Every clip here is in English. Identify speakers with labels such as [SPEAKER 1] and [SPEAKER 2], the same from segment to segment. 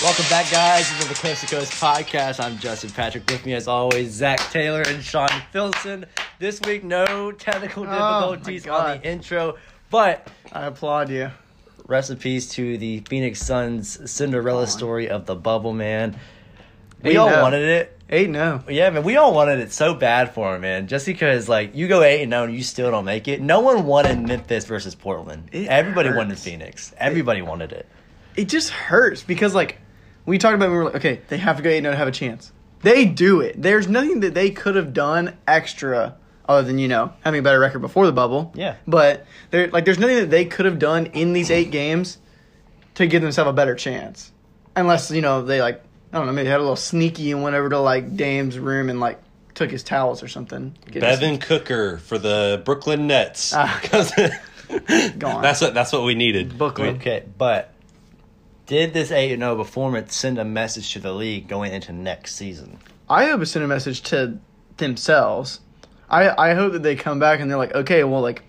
[SPEAKER 1] Welcome back, guys, to the Coast to Coast podcast. I'm Justin Patrick. With me, as always, Zach Taylor and Sean Filson. This week, no technical
[SPEAKER 2] Oh,
[SPEAKER 1] difficulties
[SPEAKER 2] my
[SPEAKER 1] on
[SPEAKER 2] God.
[SPEAKER 1] the intro, but
[SPEAKER 2] I applaud you.
[SPEAKER 1] recipes to the Phoenix Suns Cinderella story of the Bubble Man. We
[SPEAKER 2] Hey,
[SPEAKER 1] all
[SPEAKER 2] no.
[SPEAKER 1] wanted it.
[SPEAKER 2] Eight oh. no.
[SPEAKER 1] Yeah, man, we all wanted it so bad for him, man. Just because, like, you go eight and zero, and you still don't make it. No one wanted Memphis versus Portland.
[SPEAKER 2] It
[SPEAKER 1] Everybody
[SPEAKER 2] hurts.
[SPEAKER 1] wanted Phoenix. Everybody wanted it.
[SPEAKER 2] It just hurts because like we talked about, it, we were like, okay, they have to go eight no to have a chance. They do it. There's nothing that they could have done extra other than you know having a better record before the bubble.
[SPEAKER 1] Yeah.
[SPEAKER 2] But there, like, there's nothing that they could have done in these eight games to give themselves a better chance, unless you know they like I don't know maybe had a little sneaky and went over to like Dame's room and like took his towels or something. Get his-
[SPEAKER 3] Bevan Cooker for the Brooklyn Nets.
[SPEAKER 2] Ah. Gone.
[SPEAKER 3] that's what that's what we needed.
[SPEAKER 2] Brooklyn.
[SPEAKER 1] Okay, but did this eight and zero performance send a message to the league going into next season?
[SPEAKER 2] I hope it sent a message to themselves. I I hope that they come back and they're like, okay, well, like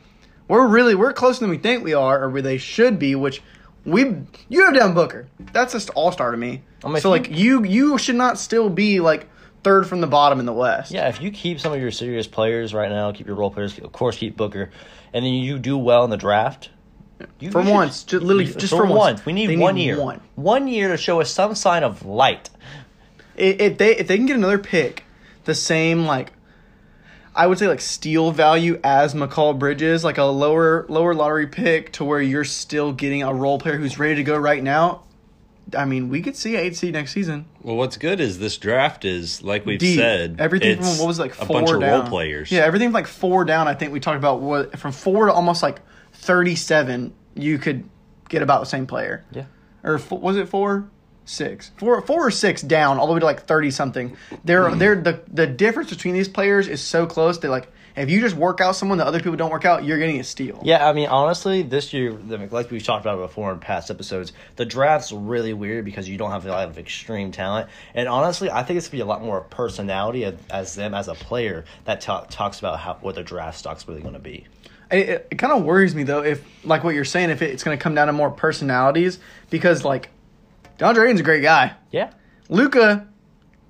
[SPEAKER 2] we're really we're closer than we think we are, or where they should be. Which we you have down Booker. That's just all star to me.
[SPEAKER 1] I mean,
[SPEAKER 2] so
[SPEAKER 1] if
[SPEAKER 2] like you you should not still be like third from the bottom in the West.
[SPEAKER 1] Yeah, if you keep some of your serious players right now, keep your role players, of course, keep Booker, and then you do well in the draft. You,
[SPEAKER 2] For
[SPEAKER 1] you should-
[SPEAKER 2] once, ju- literally
[SPEAKER 1] you-
[SPEAKER 2] just for once.
[SPEAKER 1] We need
[SPEAKER 2] They need
[SPEAKER 1] one year.
[SPEAKER 2] one.
[SPEAKER 1] one year to show us some sign of light.
[SPEAKER 2] I- if they if they can get another pick, the same like. I would say like steal value as McCall Bridges, like a lower lower lottery pick to where you're still getting a role player who's ready to go right now. I mean, we could see eight seed next season.
[SPEAKER 3] Well, what's good is this draft is like we've
[SPEAKER 2] Deep.
[SPEAKER 3] said.
[SPEAKER 2] everything
[SPEAKER 3] it's
[SPEAKER 2] from what was it, like
[SPEAKER 3] a
[SPEAKER 2] four
[SPEAKER 3] bunch
[SPEAKER 2] down.
[SPEAKER 3] of role players.
[SPEAKER 2] Yeah, everything from like four down. I think we talked about what from four to almost like thirty seven. You could get about the same player.
[SPEAKER 1] Yeah.
[SPEAKER 2] or f- was it four, six, four, four or six down, all the way to like thirty something. They're
[SPEAKER 3] Hmm.
[SPEAKER 2] they're the the difference between these players is so close that like if you just work out someone that other people don't work out, you're getting a steal.
[SPEAKER 1] Yeah, I mean, honestly, this year, the- like we've talked about before in past episodes, the draft's really weird because you don't have a lot of extreme talent. And honestly, I think it's going to be a lot more personality as, as them as a player that ta- talks about how what the draft stock's really going to be.
[SPEAKER 2] It, it, kind of worries me though if like what you're saying if it, it's going to come down to more personalities because like DeAndre Ayton's a great guy.
[SPEAKER 1] Yeah.
[SPEAKER 2] Luca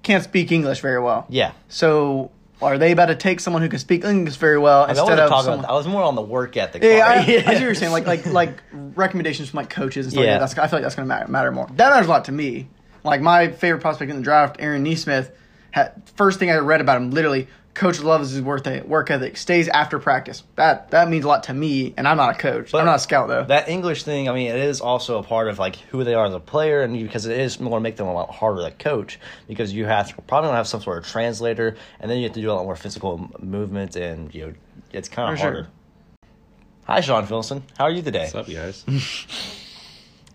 [SPEAKER 2] can't speak English very well.
[SPEAKER 1] Yeah.
[SPEAKER 2] So are they about to take someone who can speak English very well
[SPEAKER 1] I, mean, I
[SPEAKER 2] instead
[SPEAKER 1] wasn't
[SPEAKER 2] of
[SPEAKER 1] talking
[SPEAKER 2] someone?
[SPEAKER 1] about- I was more on the work ethic.
[SPEAKER 2] Yeah, I, I
[SPEAKER 1] part.
[SPEAKER 2] see what you're saying. Like, like, like recommendations from like coaches and stuff.
[SPEAKER 1] Yeah.
[SPEAKER 2] Yeah, that's, I feel like that's going to matter, matter more. That matters a lot to me. Like my favorite prospect in the draft, Aaron Neesmith. Had, first thing I read about him, literally, coach loves his work ethic, work ethic, stays after practice. That that means a lot to me, and I'm not a coach. I'm not a scout though.
[SPEAKER 1] That English thing, I mean, it is also a part of like who they are as a player, and because it is more make them a lot harder to coach because you have to probably don't have some sort of translator, and then you have to do a lot more physical m- movements, and you know, it's kind
[SPEAKER 2] For
[SPEAKER 1] of
[SPEAKER 2] sure.
[SPEAKER 1] harder. Hi, Sean Filson. How are you today?
[SPEAKER 3] What's up, guys?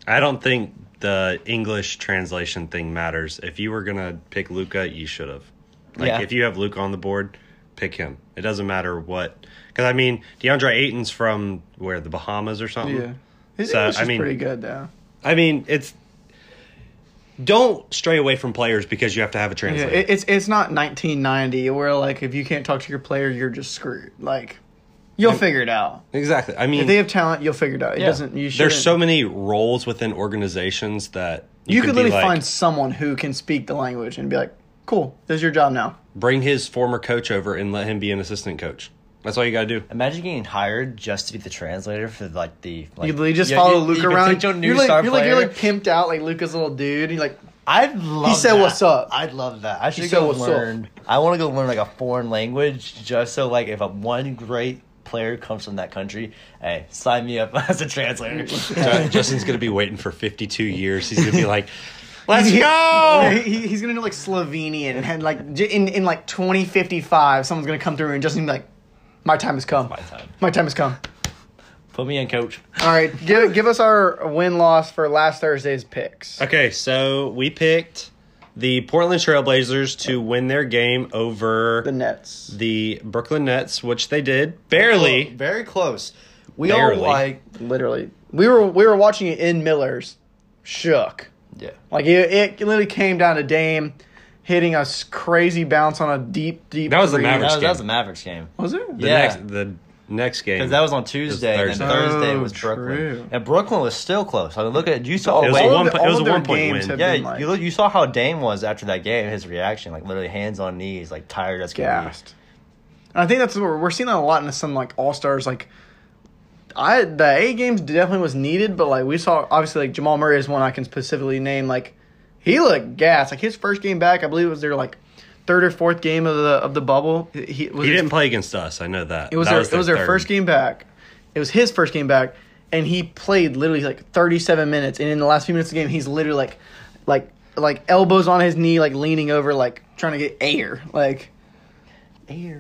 [SPEAKER 3] I don't think the English translation thing matters. If you were gonna pick Luca, you should have. Like
[SPEAKER 1] Yeah.
[SPEAKER 3] if you have Luca on the board, pick him. It doesn't matter what. Because I mean, DeAndre Ayton's from where the Bahamas or something.
[SPEAKER 2] yeah, his
[SPEAKER 3] So,
[SPEAKER 2] English
[SPEAKER 3] I
[SPEAKER 2] is
[SPEAKER 3] mean-
[SPEAKER 2] pretty good though.
[SPEAKER 3] I mean, it's don't stray away from players because you have to have
[SPEAKER 2] Yeah,
[SPEAKER 3] a translator.
[SPEAKER 2] it, it's it's not 1990 where like if you can't talk to your player, you're just screwed. Like, you'll figure it out.
[SPEAKER 3] exactly. I mean,
[SPEAKER 2] If they have talent, you'll figure it out. It
[SPEAKER 1] Yeah.
[SPEAKER 2] doesn't. You
[SPEAKER 3] there's
[SPEAKER 2] shouldn't-
[SPEAKER 3] Mm. so many roles within organizations that
[SPEAKER 2] you, could
[SPEAKER 3] be
[SPEAKER 2] literally
[SPEAKER 3] like,
[SPEAKER 2] find someone who can speak the language and be like, "Cool, this is your job now."
[SPEAKER 3] bring his former coach over and let him be an assistant coach. That's all you gotta do.
[SPEAKER 1] Imagine getting hired just to be the translator for like the. Like,
[SPEAKER 2] You literally just
[SPEAKER 1] your-
[SPEAKER 2] follow
[SPEAKER 1] your-
[SPEAKER 2] Luke
[SPEAKER 1] your
[SPEAKER 2] around.
[SPEAKER 1] potential new
[SPEAKER 2] You're like,
[SPEAKER 1] star
[SPEAKER 2] you're like you're
[SPEAKER 1] player.
[SPEAKER 2] like pimped out like Luca's little dude. And you're like,
[SPEAKER 1] I'd love.
[SPEAKER 2] said,
[SPEAKER 1] that.
[SPEAKER 2] "What's up?"
[SPEAKER 1] I'd love that. I should
[SPEAKER 2] said,
[SPEAKER 1] go
[SPEAKER 2] "What's up?"
[SPEAKER 1] learn. I want to go learn like a foreign language, just so like if a one great player comes from that country, hey, sign me up as a translator.
[SPEAKER 3] Ju- Justin's gonna be waiting for 52 years. He's gonna be like, "Let's
[SPEAKER 2] He-
[SPEAKER 3] go!"
[SPEAKER 2] he, he's gonna know like Slovenian and like j- in in like 2055, someone's gonna come through and just be like, "My time has come.
[SPEAKER 1] My time.
[SPEAKER 2] My time has come."
[SPEAKER 1] Put me in, coach.
[SPEAKER 2] All right, give give us our win loss for last Thursday's picks.
[SPEAKER 3] Okay, so we picked the Portland Trailblazers to win their game over
[SPEAKER 2] The Nets.
[SPEAKER 3] the Brooklyn Nets, which they did barely.
[SPEAKER 2] Oh.
[SPEAKER 1] Clo- very close. We
[SPEAKER 3] Barely.
[SPEAKER 1] all like,
[SPEAKER 2] Literally, we were we were watching it in Miller's, shook.
[SPEAKER 1] yeah.
[SPEAKER 2] Like it, it literally came down to Dame hitting a s- crazy bounce on a deep, deep.
[SPEAKER 3] That was the
[SPEAKER 2] three.
[SPEAKER 3] Mavericks.
[SPEAKER 1] That was, that
[SPEAKER 3] game.
[SPEAKER 1] was the Mavericks game.
[SPEAKER 2] Was it?
[SPEAKER 3] The
[SPEAKER 1] Yeah.
[SPEAKER 3] next the Next game.
[SPEAKER 1] Because that was on Tuesday, and then
[SPEAKER 3] Thursday.
[SPEAKER 1] Thursday
[SPEAKER 2] Oh,
[SPEAKER 1] was Brooklyn,
[SPEAKER 2] true.
[SPEAKER 1] and Brooklyn was still close. I mean, look at you saw
[SPEAKER 3] It was
[SPEAKER 1] Wade-
[SPEAKER 3] a
[SPEAKER 2] of
[SPEAKER 3] one.
[SPEAKER 2] the-
[SPEAKER 3] po-
[SPEAKER 2] all
[SPEAKER 3] it
[SPEAKER 2] of
[SPEAKER 3] was a
[SPEAKER 2] their
[SPEAKER 3] one point
[SPEAKER 2] games
[SPEAKER 3] win.
[SPEAKER 2] have-
[SPEAKER 3] Yeah.
[SPEAKER 1] Yeah,
[SPEAKER 2] been, like-
[SPEAKER 1] you look, you saw how Dame was after that game. His reaction, like literally hands on knees, like tired as can
[SPEAKER 2] gassed. And I think that's what we're, we're seeing that a lot in some like all stars. Like, I the A games definitely was needed, but like we saw obviously like Jamal Murray is one I can specifically name. Like, he looked gassed. Like his first game back, I believe it was their like third or fourth game of the of the bubble. He, he- was
[SPEAKER 3] he
[SPEAKER 2] his-
[SPEAKER 3] didn't play against us. I know that.
[SPEAKER 2] It was
[SPEAKER 3] That
[SPEAKER 2] their, it was their
[SPEAKER 3] third.
[SPEAKER 2] first game back. It was his first game back, and he played literally like 37 minutes. And in the last few minutes of the game, he's literally like, like, like elbows on his knee, like leaning over, like trying to get air. Like
[SPEAKER 1] be.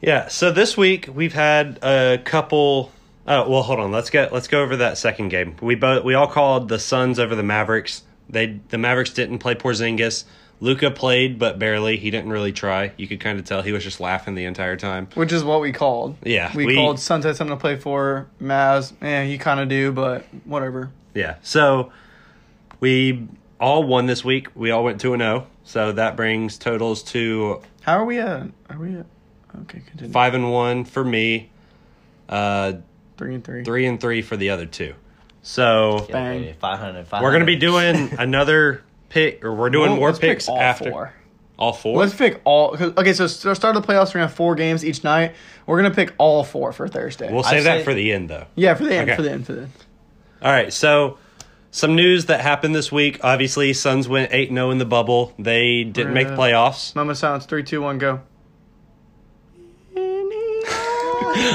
[SPEAKER 3] Yeah. So this week we've had a couple. Oh well, hold on. Let's get let's go over that second game. We both we all called the Suns over the Mavericks. They the Mavericks didn't play Porzingis. Luca played, but barely. He didn't really try. You could kind of tell he was just laughing the entire time.
[SPEAKER 2] which is what we called.
[SPEAKER 3] Yeah,
[SPEAKER 2] we,
[SPEAKER 3] we-
[SPEAKER 2] called Suns had something to play for. Mavs, yeah, you kind of do, but whatever.
[SPEAKER 3] Yeah. So we all won this week. We all went two and zero. So that brings totals to
[SPEAKER 2] How are we at? Are we at? Okay, continue.
[SPEAKER 3] five and one for me, uh,
[SPEAKER 2] Three and three.
[SPEAKER 3] three and three for the other two. So
[SPEAKER 2] Bang.
[SPEAKER 1] Five hundred.
[SPEAKER 3] we're gonna be doing another pick, or we're doing
[SPEAKER 2] Well,
[SPEAKER 3] more
[SPEAKER 2] Oh, let's pick
[SPEAKER 3] picks
[SPEAKER 2] all
[SPEAKER 3] after
[SPEAKER 2] four.
[SPEAKER 3] all 4
[SPEAKER 2] Let's pick all. 'cause- Okay, so st- start of the playoffs. We're gonna have four games each night. We're gonna pick all four for Thursday.
[SPEAKER 3] we'll
[SPEAKER 1] I'd
[SPEAKER 3] save that
[SPEAKER 1] say-
[SPEAKER 3] for the end, though.
[SPEAKER 2] yeah, for the end.
[SPEAKER 3] Okay.
[SPEAKER 2] For the end. For the end.
[SPEAKER 3] All right, so some news that happened this week. Obviously, Suns went eight zero in the bubble. They didn't make
[SPEAKER 2] Bruh.
[SPEAKER 3] playoffs.
[SPEAKER 2] Moment of silence. Three, two, one, go.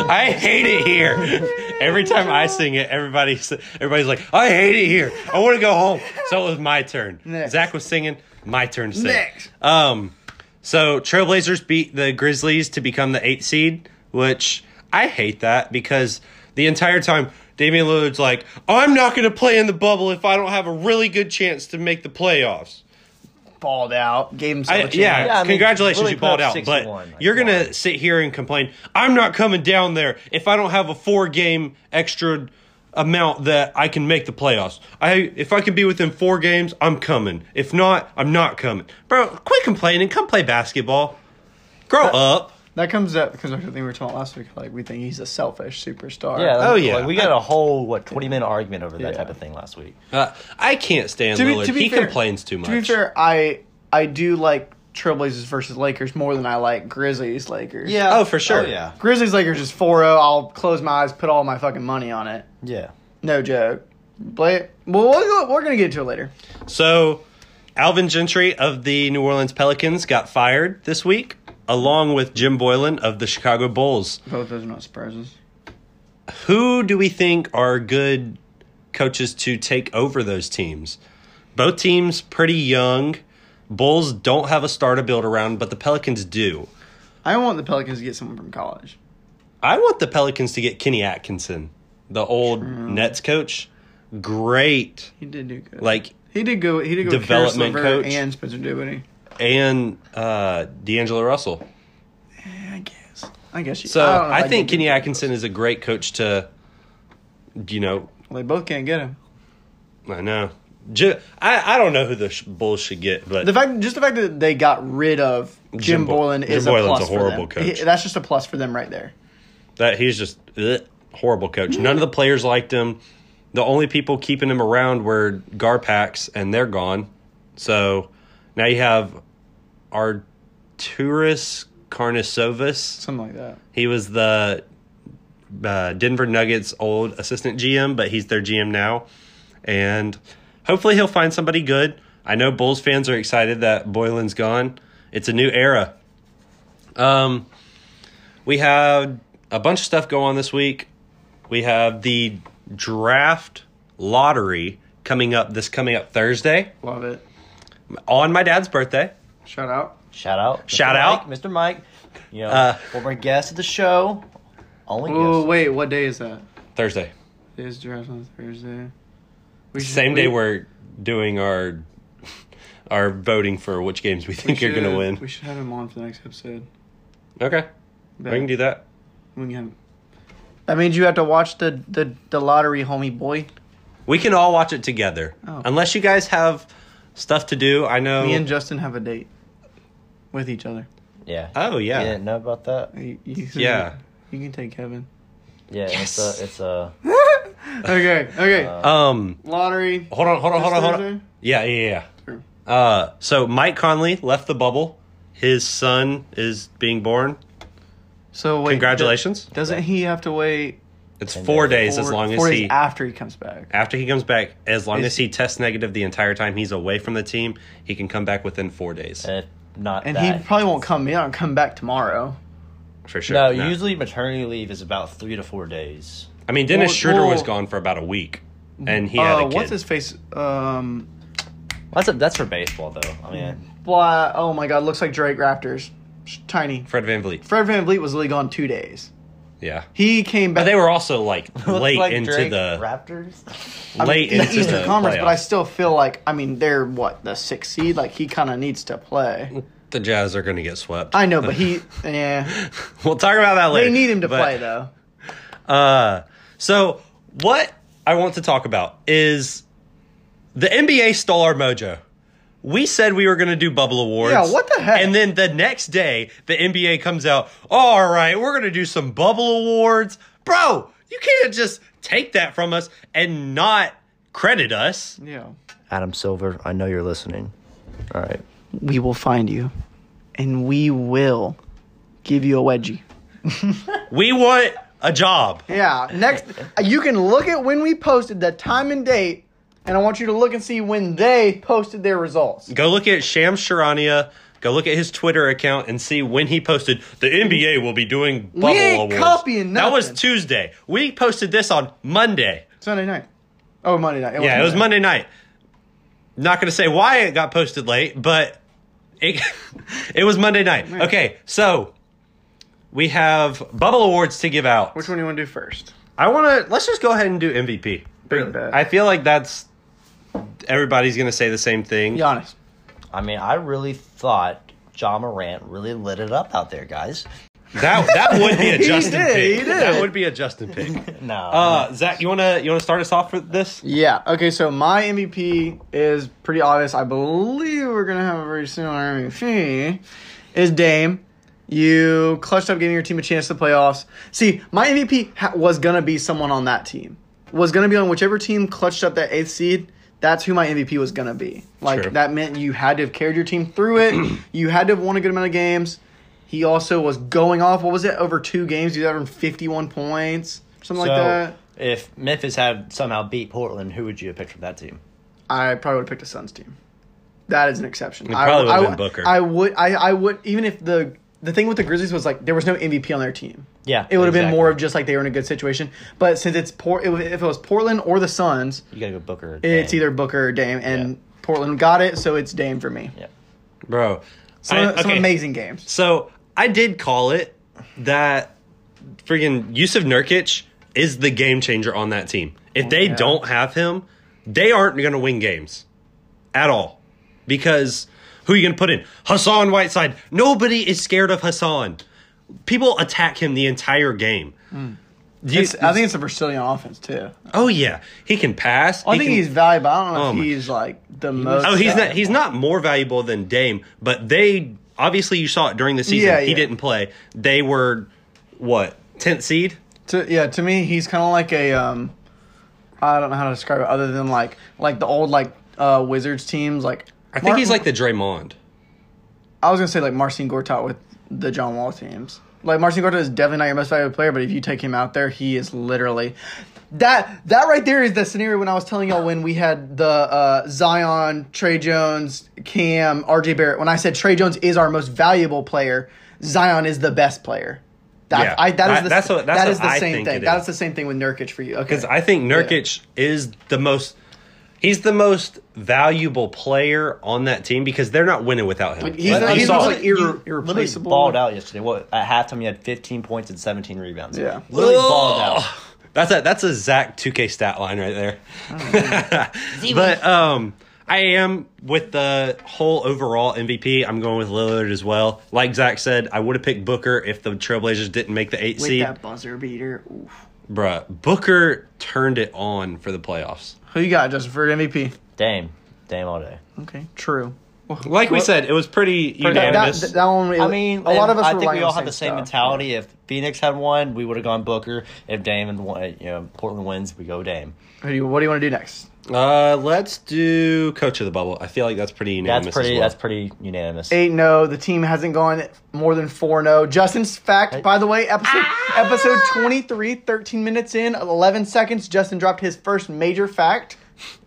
[SPEAKER 3] I hate it here. Every time I sing it, everybody's everybody's like, "I hate it here. I want to go home." So it was my turn.
[SPEAKER 2] Next.
[SPEAKER 3] Zach was singing. My turn to sing.
[SPEAKER 2] Next.
[SPEAKER 3] Um, so Trailblazers beat the Grizzlies to become the eighth seed, which I hate that because the entire time Damian Lillard's like, "I'm not going to play in the bubble if I don't have a really good chance to make the playoffs."
[SPEAKER 2] Balled out. Gave himself
[SPEAKER 3] I-
[SPEAKER 2] a
[SPEAKER 3] yeah,
[SPEAKER 2] chance.
[SPEAKER 1] I mean,
[SPEAKER 3] congratulations,
[SPEAKER 1] really
[SPEAKER 3] you balled
[SPEAKER 1] put up
[SPEAKER 3] out. But
[SPEAKER 1] 61, like,
[SPEAKER 3] you're going
[SPEAKER 1] wow.
[SPEAKER 3] to sit here and complain, I'm not coming down there if I don't have a four game extra amount that I can make the playoffs. I If I can be within four games, I'm coming. If not, I'm not coming. Bro, quit complaining. Come play basketball. Grow up.
[SPEAKER 2] That comes up because I think we were talking last week. Like we think he's a selfish superstar.
[SPEAKER 1] Yeah.
[SPEAKER 3] Oh,
[SPEAKER 1] like,
[SPEAKER 3] yeah.
[SPEAKER 1] we got a whole what twenty minute argument over that
[SPEAKER 2] Yeah.
[SPEAKER 1] type of thing last week.
[SPEAKER 3] Uh, I can't stand
[SPEAKER 2] To be,
[SPEAKER 3] Lillard.
[SPEAKER 2] to be
[SPEAKER 3] he
[SPEAKER 2] fair,
[SPEAKER 3] complains too much.
[SPEAKER 2] To be fair, I I do like Trailblazers versus Lakers more than I like Grizzlies Lakers.
[SPEAKER 3] Oh, for sure.
[SPEAKER 1] yeah.
[SPEAKER 2] Grizzlies Lakers is 4-0. I'll close my eyes, put all my fucking money on it.
[SPEAKER 1] Yeah.
[SPEAKER 2] No joke. But well, we'll we're gonna get to it later.
[SPEAKER 3] So, Alvin Gentry of the New Orleans Pelicans got fired this week, along with Jim Boylan of the Chicago Bulls.
[SPEAKER 2] Both those are not surprises.
[SPEAKER 3] Who do we think are good coaches to take over those teams? Both teams pretty young. Bulls don't have a star to build around, but the Pelicans do.
[SPEAKER 2] I want the Pelicans to get someone from college.
[SPEAKER 3] I want the Pelicans to get Kenny Atkinson, the old Nets coach. Great,
[SPEAKER 2] He did do good.
[SPEAKER 3] like
[SPEAKER 2] He did go. He did go development
[SPEAKER 3] Development
[SPEAKER 2] coach
[SPEAKER 3] coach.
[SPEAKER 2] and Spencer Dinwiddie.
[SPEAKER 3] and uh, D'Angelo Russell.
[SPEAKER 2] I guess. I guess. You,
[SPEAKER 3] So
[SPEAKER 2] I, don't know
[SPEAKER 3] I,
[SPEAKER 2] if I'd
[SPEAKER 3] think
[SPEAKER 2] give
[SPEAKER 3] Kenny
[SPEAKER 2] him-
[SPEAKER 3] Atkinson is a great coach to, you know,
[SPEAKER 2] Well, they both can't get him.
[SPEAKER 3] I know. Ju- I, I don't know who the sh- Bulls should get, but
[SPEAKER 2] The fact, just the fact that they got rid of Jim,
[SPEAKER 3] Jim Bo-
[SPEAKER 2] Boylan
[SPEAKER 3] Jim
[SPEAKER 2] is
[SPEAKER 3] Boylan's
[SPEAKER 2] a plus
[SPEAKER 3] a horrible
[SPEAKER 2] for them. He-
[SPEAKER 3] coach.
[SPEAKER 2] that's just a plus for them right there.
[SPEAKER 3] that he's just ugh, horrible coach. None of the players liked him. The only people keeping him around were Garpax, and they're gone. So now you have Arturis Karnasovas.
[SPEAKER 2] Something like that.
[SPEAKER 3] He was the uh, Denver Nuggets old assistant GM, but he's their GM now. And hopefully he'll find somebody good. I know Bulls fans are excited that Boylan's gone. It's a new era. Um, we have a bunch of stuff going on this week. We have the draft lottery coming up this coming up Thursday
[SPEAKER 2] Love it.
[SPEAKER 3] on my dad's birthday.
[SPEAKER 2] Shout out.
[SPEAKER 1] Shout out. Mr.
[SPEAKER 3] Shout out.
[SPEAKER 1] Mike, Mr. Mike. You know,
[SPEAKER 3] Uh,
[SPEAKER 1] we'll bring guests to the show. Only
[SPEAKER 2] Oh
[SPEAKER 1] guests.
[SPEAKER 2] wait, what day is that?
[SPEAKER 3] Thursday.
[SPEAKER 2] It is draft on Thursday. We should-
[SPEAKER 3] Same day
[SPEAKER 2] we-
[SPEAKER 3] we're doing our our voting for which games we
[SPEAKER 2] we
[SPEAKER 3] think are gonna
[SPEAKER 2] should-
[SPEAKER 3] win.
[SPEAKER 2] We should have him on for the next episode.
[SPEAKER 3] Okay, we can do that.
[SPEAKER 2] We can have- That means you have to watch the the, the lottery, homie boy.
[SPEAKER 3] We can all watch it together,
[SPEAKER 2] Oh.
[SPEAKER 3] unless you guys have stuff to do. I know.
[SPEAKER 2] Me and Justin have a date with each other.
[SPEAKER 1] Yeah.
[SPEAKER 3] oh
[SPEAKER 1] You
[SPEAKER 3] yeah,
[SPEAKER 1] didn't know about that?
[SPEAKER 2] You- you-
[SPEAKER 3] yeah.
[SPEAKER 2] You can take Kevin.
[SPEAKER 1] Yeah,
[SPEAKER 3] Yes.
[SPEAKER 1] it's a it's a
[SPEAKER 2] Okay, okay.
[SPEAKER 3] Um,
[SPEAKER 2] Lottery.
[SPEAKER 3] hold on, hold on, hold on, hold
[SPEAKER 2] Thursday?
[SPEAKER 3] on. Yeah, yeah, yeah. Uh, so Mike Conley left the bubble. His son is being born.
[SPEAKER 2] So wait,
[SPEAKER 3] Congratulations.
[SPEAKER 2] do- doesn't he have to wait
[SPEAKER 3] It's four
[SPEAKER 1] days.
[SPEAKER 3] days
[SPEAKER 2] four,
[SPEAKER 3] as long as
[SPEAKER 2] four days
[SPEAKER 3] he
[SPEAKER 2] after he comes back?
[SPEAKER 3] after he comes back. As long
[SPEAKER 2] Is-
[SPEAKER 3] as he tests negative the entire time he's away from the team, he can come back within four days
[SPEAKER 1] and if not
[SPEAKER 2] And
[SPEAKER 1] that.
[SPEAKER 2] he probably won't come in. I'll come back tomorrow.
[SPEAKER 3] for sure.
[SPEAKER 1] no,
[SPEAKER 3] No.
[SPEAKER 1] usually maternity leave is about three to four days.
[SPEAKER 3] I mean Dennis
[SPEAKER 2] Well,
[SPEAKER 3] Schroeder was
[SPEAKER 2] well-
[SPEAKER 3] gone for about a week, and he had
[SPEAKER 2] Uh,
[SPEAKER 3] a kid.
[SPEAKER 2] what's his face? Um,
[SPEAKER 1] That's a, that's for baseball though. I mean,
[SPEAKER 2] blah. Oh my God, looks like Drake Raptors. Sh- Tiny.
[SPEAKER 3] Fred Van Vliet.
[SPEAKER 2] Fred Van Vliet was literally gone two days.
[SPEAKER 3] Yeah.
[SPEAKER 2] He came
[SPEAKER 3] But
[SPEAKER 2] back
[SPEAKER 3] they were also like late
[SPEAKER 1] Like
[SPEAKER 3] into
[SPEAKER 1] Drake
[SPEAKER 3] the
[SPEAKER 1] Raptors.
[SPEAKER 3] late
[SPEAKER 2] in the
[SPEAKER 3] into
[SPEAKER 2] Eastern
[SPEAKER 3] the
[SPEAKER 2] Conference, but
[SPEAKER 3] playoffs.
[SPEAKER 2] I still feel like I mean they're what the sixth seed. Like he kind of needs to play.
[SPEAKER 3] the Jazz are going to get swept.
[SPEAKER 2] I know, but he yeah.
[SPEAKER 3] we'll talk about that later.
[SPEAKER 2] They need him to
[SPEAKER 3] But,
[SPEAKER 2] play though.
[SPEAKER 3] Uh, so what I want to talk about is the NBA stole our mojo. We said we were going to do bubble awards.
[SPEAKER 2] Yeah, what the heck?
[SPEAKER 3] And then the next day, the NBA comes out. All right, we're going to do some bubble awards, bro. You can't just take that from us and not credit us.
[SPEAKER 2] Yeah,
[SPEAKER 1] Adam Silver, I know you're listening. All right.
[SPEAKER 2] we will find you, and we will give you a wedgie.
[SPEAKER 3] We want a job.
[SPEAKER 2] Yeah, next you can look at when we posted the time and date, and I want you to look and see when they posted their results.
[SPEAKER 3] Go look at Sham Sharania. Go look at his Twitter account and see when he posted the NBA will be doing bubble
[SPEAKER 2] ain't
[SPEAKER 3] awards.
[SPEAKER 2] copying
[SPEAKER 3] That was
[SPEAKER 2] nothing.
[SPEAKER 3] Tuesday. We posted this on Monday.
[SPEAKER 2] Sunday night. Oh, Monday night.
[SPEAKER 3] Yeah, it was Monday night. Not going to say why it got posted late, but it it was Monday night. Okay, so we have bubble awards to give out.
[SPEAKER 2] Which one do you want to do first?
[SPEAKER 3] I want to let's just go ahead and do MVP.
[SPEAKER 2] Bring it back.
[SPEAKER 3] I feel like that's everybody's going to say the same thing.
[SPEAKER 2] Giannis.
[SPEAKER 1] I mean, I really thought John Morant really lit it up out there, guys.
[SPEAKER 3] That that would be a Justin
[SPEAKER 2] did,
[SPEAKER 3] pick.
[SPEAKER 2] he did.
[SPEAKER 3] That would be a Justin pick.
[SPEAKER 1] No.
[SPEAKER 3] Uh, Zach, you wanna you wanna start us off with this?
[SPEAKER 2] Yeah. Okay. So my MVP is pretty obvious. I believe we're gonna have a very similar MVP. Is Dame. You clutched up giving your team a chance to the playoffs. See, my MVP ha- was gonna be someone on that team. Was gonna be on whichever team clutched up that eighth seed. That's who my MVP was gonna be. Like
[SPEAKER 3] True.
[SPEAKER 2] that meant you had to have carried your team through it. you had to have won a good amount of games. He also was going off. What was it? Over two games, he was averaging fifty-one points, something
[SPEAKER 1] So,
[SPEAKER 2] like that.
[SPEAKER 1] If Memphis had somehow beat Portland, who would you have picked from that team?
[SPEAKER 2] I probably would have picked a Suns team. That is an exception. I
[SPEAKER 3] probably
[SPEAKER 2] I,
[SPEAKER 3] would've been Booker.
[SPEAKER 2] I would. I, I would. Even if the the thing with the Grizzlies was like there was no MVP on their team.
[SPEAKER 1] Yeah,
[SPEAKER 2] it would have been
[SPEAKER 1] exactly.
[SPEAKER 2] more of just like they were in a good situation. But since it's poor, it, if it was Portland or the Suns,
[SPEAKER 1] You gotta go Booker. or
[SPEAKER 2] it's
[SPEAKER 1] Dame.
[SPEAKER 2] either Booker or Dame, and
[SPEAKER 1] Yeah.
[SPEAKER 2] Portland got it, so it's Dame for me.
[SPEAKER 1] Yeah.
[SPEAKER 3] Bro.
[SPEAKER 2] Some,
[SPEAKER 3] I-
[SPEAKER 2] some
[SPEAKER 3] okay.
[SPEAKER 2] amazing games.
[SPEAKER 3] So I did call it that friggin' Yusuf Nurkic is the game changer on that team. If they
[SPEAKER 2] Yeah.
[SPEAKER 3] don't have him, they aren't gonna win games at all. Because who are you gonna put in? Hassan Whiteside. Nobody is scared of Hassan. People attack him the entire game. Do you-
[SPEAKER 2] Hmm. It's, I think it's a Brazilian offense too.
[SPEAKER 3] oh yeah, he can pass.
[SPEAKER 2] I
[SPEAKER 3] he
[SPEAKER 2] think
[SPEAKER 3] can-
[SPEAKER 2] he's valuable. I don't know
[SPEAKER 3] Oh
[SPEAKER 2] if
[SPEAKER 3] my-
[SPEAKER 2] he's like the most.
[SPEAKER 3] Oh, he's not.
[SPEAKER 2] valuable.
[SPEAKER 3] He's not more valuable than Dame, but they obviously you saw it during the season.
[SPEAKER 2] Yeah,
[SPEAKER 3] he
[SPEAKER 2] yeah.
[SPEAKER 3] didn't play. They were what tenth seed.
[SPEAKER 2] To, yeah, to me, he's kind of like a um, I don't know how to describe it other than like like the old like uh Wizards teams. Like
[SPEAKER 3] I think he's like the Draymond.
[SPEAKER 2] I was gonna say like Marcin Gortat with the John Wall teams. Like Marcin Gortat is definitely not your most valuable player, but if you take him out there, he is literally that that right there is the scenario when I was telling y'all when we had the uh, Zion, Trey Jones, Cam, RJ Barrett. When I said Trey Jones is our most valuable player, Zion is the best player. That,
[SPEAKER 3] Yeah.
[SPEAKER 2] I, that is
[SPEAKER 3] That-
[SPEAKER 2] the,
[SPEAKER 3] that's what- that's
[SPEAKER 2] that
[SPEAKER 3] what
[SPEAKER 2] is the
[SPEAKER 3] I
[SPEAKER 2] same
[SPEAKER 3] think
[SPEAKER 2] thing.
[SPEAKER 3] it
[SPEAKER 2] That
[SPEAKER 3] is.
[SPEAKER 2] is the same thing with Nurkic for you. Okay.
[SPEAKER 3] Because I think Nurkic is the most. He's the most valuable player on that team because they're not winning without him.
[SPEAKER 2] he's
[SPEAKER 3] Like,
[SPEAKER 2] not-
[SPEAKER 3] you
[SPEAKER 2] he's
[SPEAKER 3] saw
[SPEAKER 2] not
[SPEAKER 3] it.
[SPEAKER 2] like irre-
[SPEAKER 1] You literally
[SPEAKER 2] irreplaceable.
[SPEAKER 1] Balled out yesterday. What at halftime? He had 15 points and 17 rebounds.
[SPEAKER 2] Yeah.
[SPEAKER 1] Literally
[SPEAKER 3] Oh.
[SPEAKER 1] balled out.
[SPEAKER 3] That's a that's a Zach 2K stat line right there.
[SPEAKER 1] Oh.
[SPEAKER 3] but um I am with the whole overall MVP. I'm going with Lillard as well. Like Zach said, I would have picked Booker if the Trailblazers didn't make the eight
[SPEAKER 2] with
[SPEAKER 3] seed.
[SPEAKER 2] that buzzer beater. Oof.
[SPEAKER 3] Bruh, Booker turned it on for the playoffs.
[SPEAKER 2] Who you got, Justin, for MVP?
[SPEAKER 1] Dame. Dame all day.
[SPEAKER 2] Okay, true.
[SPEAKER 3] Like we said, it was pretty
[SPEAKER 2] that,
[SPEAKER 3] unanimous.
[SPEAKER 2] that- that one.
[SPEAKER 1] I mean,
[SPEAKER 2] a lot
[SPEAKER 1] and
[SPEAKER 2] of us.
[SPEAKER 1] I
[SPEAKER 2] were
[SPEAKER 1] think we
[SPEAKER 2] relying on
[SPEAKER 1] all had the same
[SPEAKER 2] stuff.
[SPEAKER 1] mentality. If Phoenix had won, we would have gone Booker. If Dame and won- you know Portland wins, we go Dame.
[SPEAKER 2] Who do you- What do you want to do next?
[SPEAKER 3] uh, let's do coach of the bubble. I feel like that's pretty unanimous.
[SPEAKER 1] That's pretty.
[SPEAKER 3] as well.
[SPEAKER 1] That's pretty unanimous.
[SPEAKER 2] Eight no. The team hasn't gone more than four no. Justin's fact, by the way, episode episode 23, 13 minutes in, eleven seconds. Justin dropped his first major fact.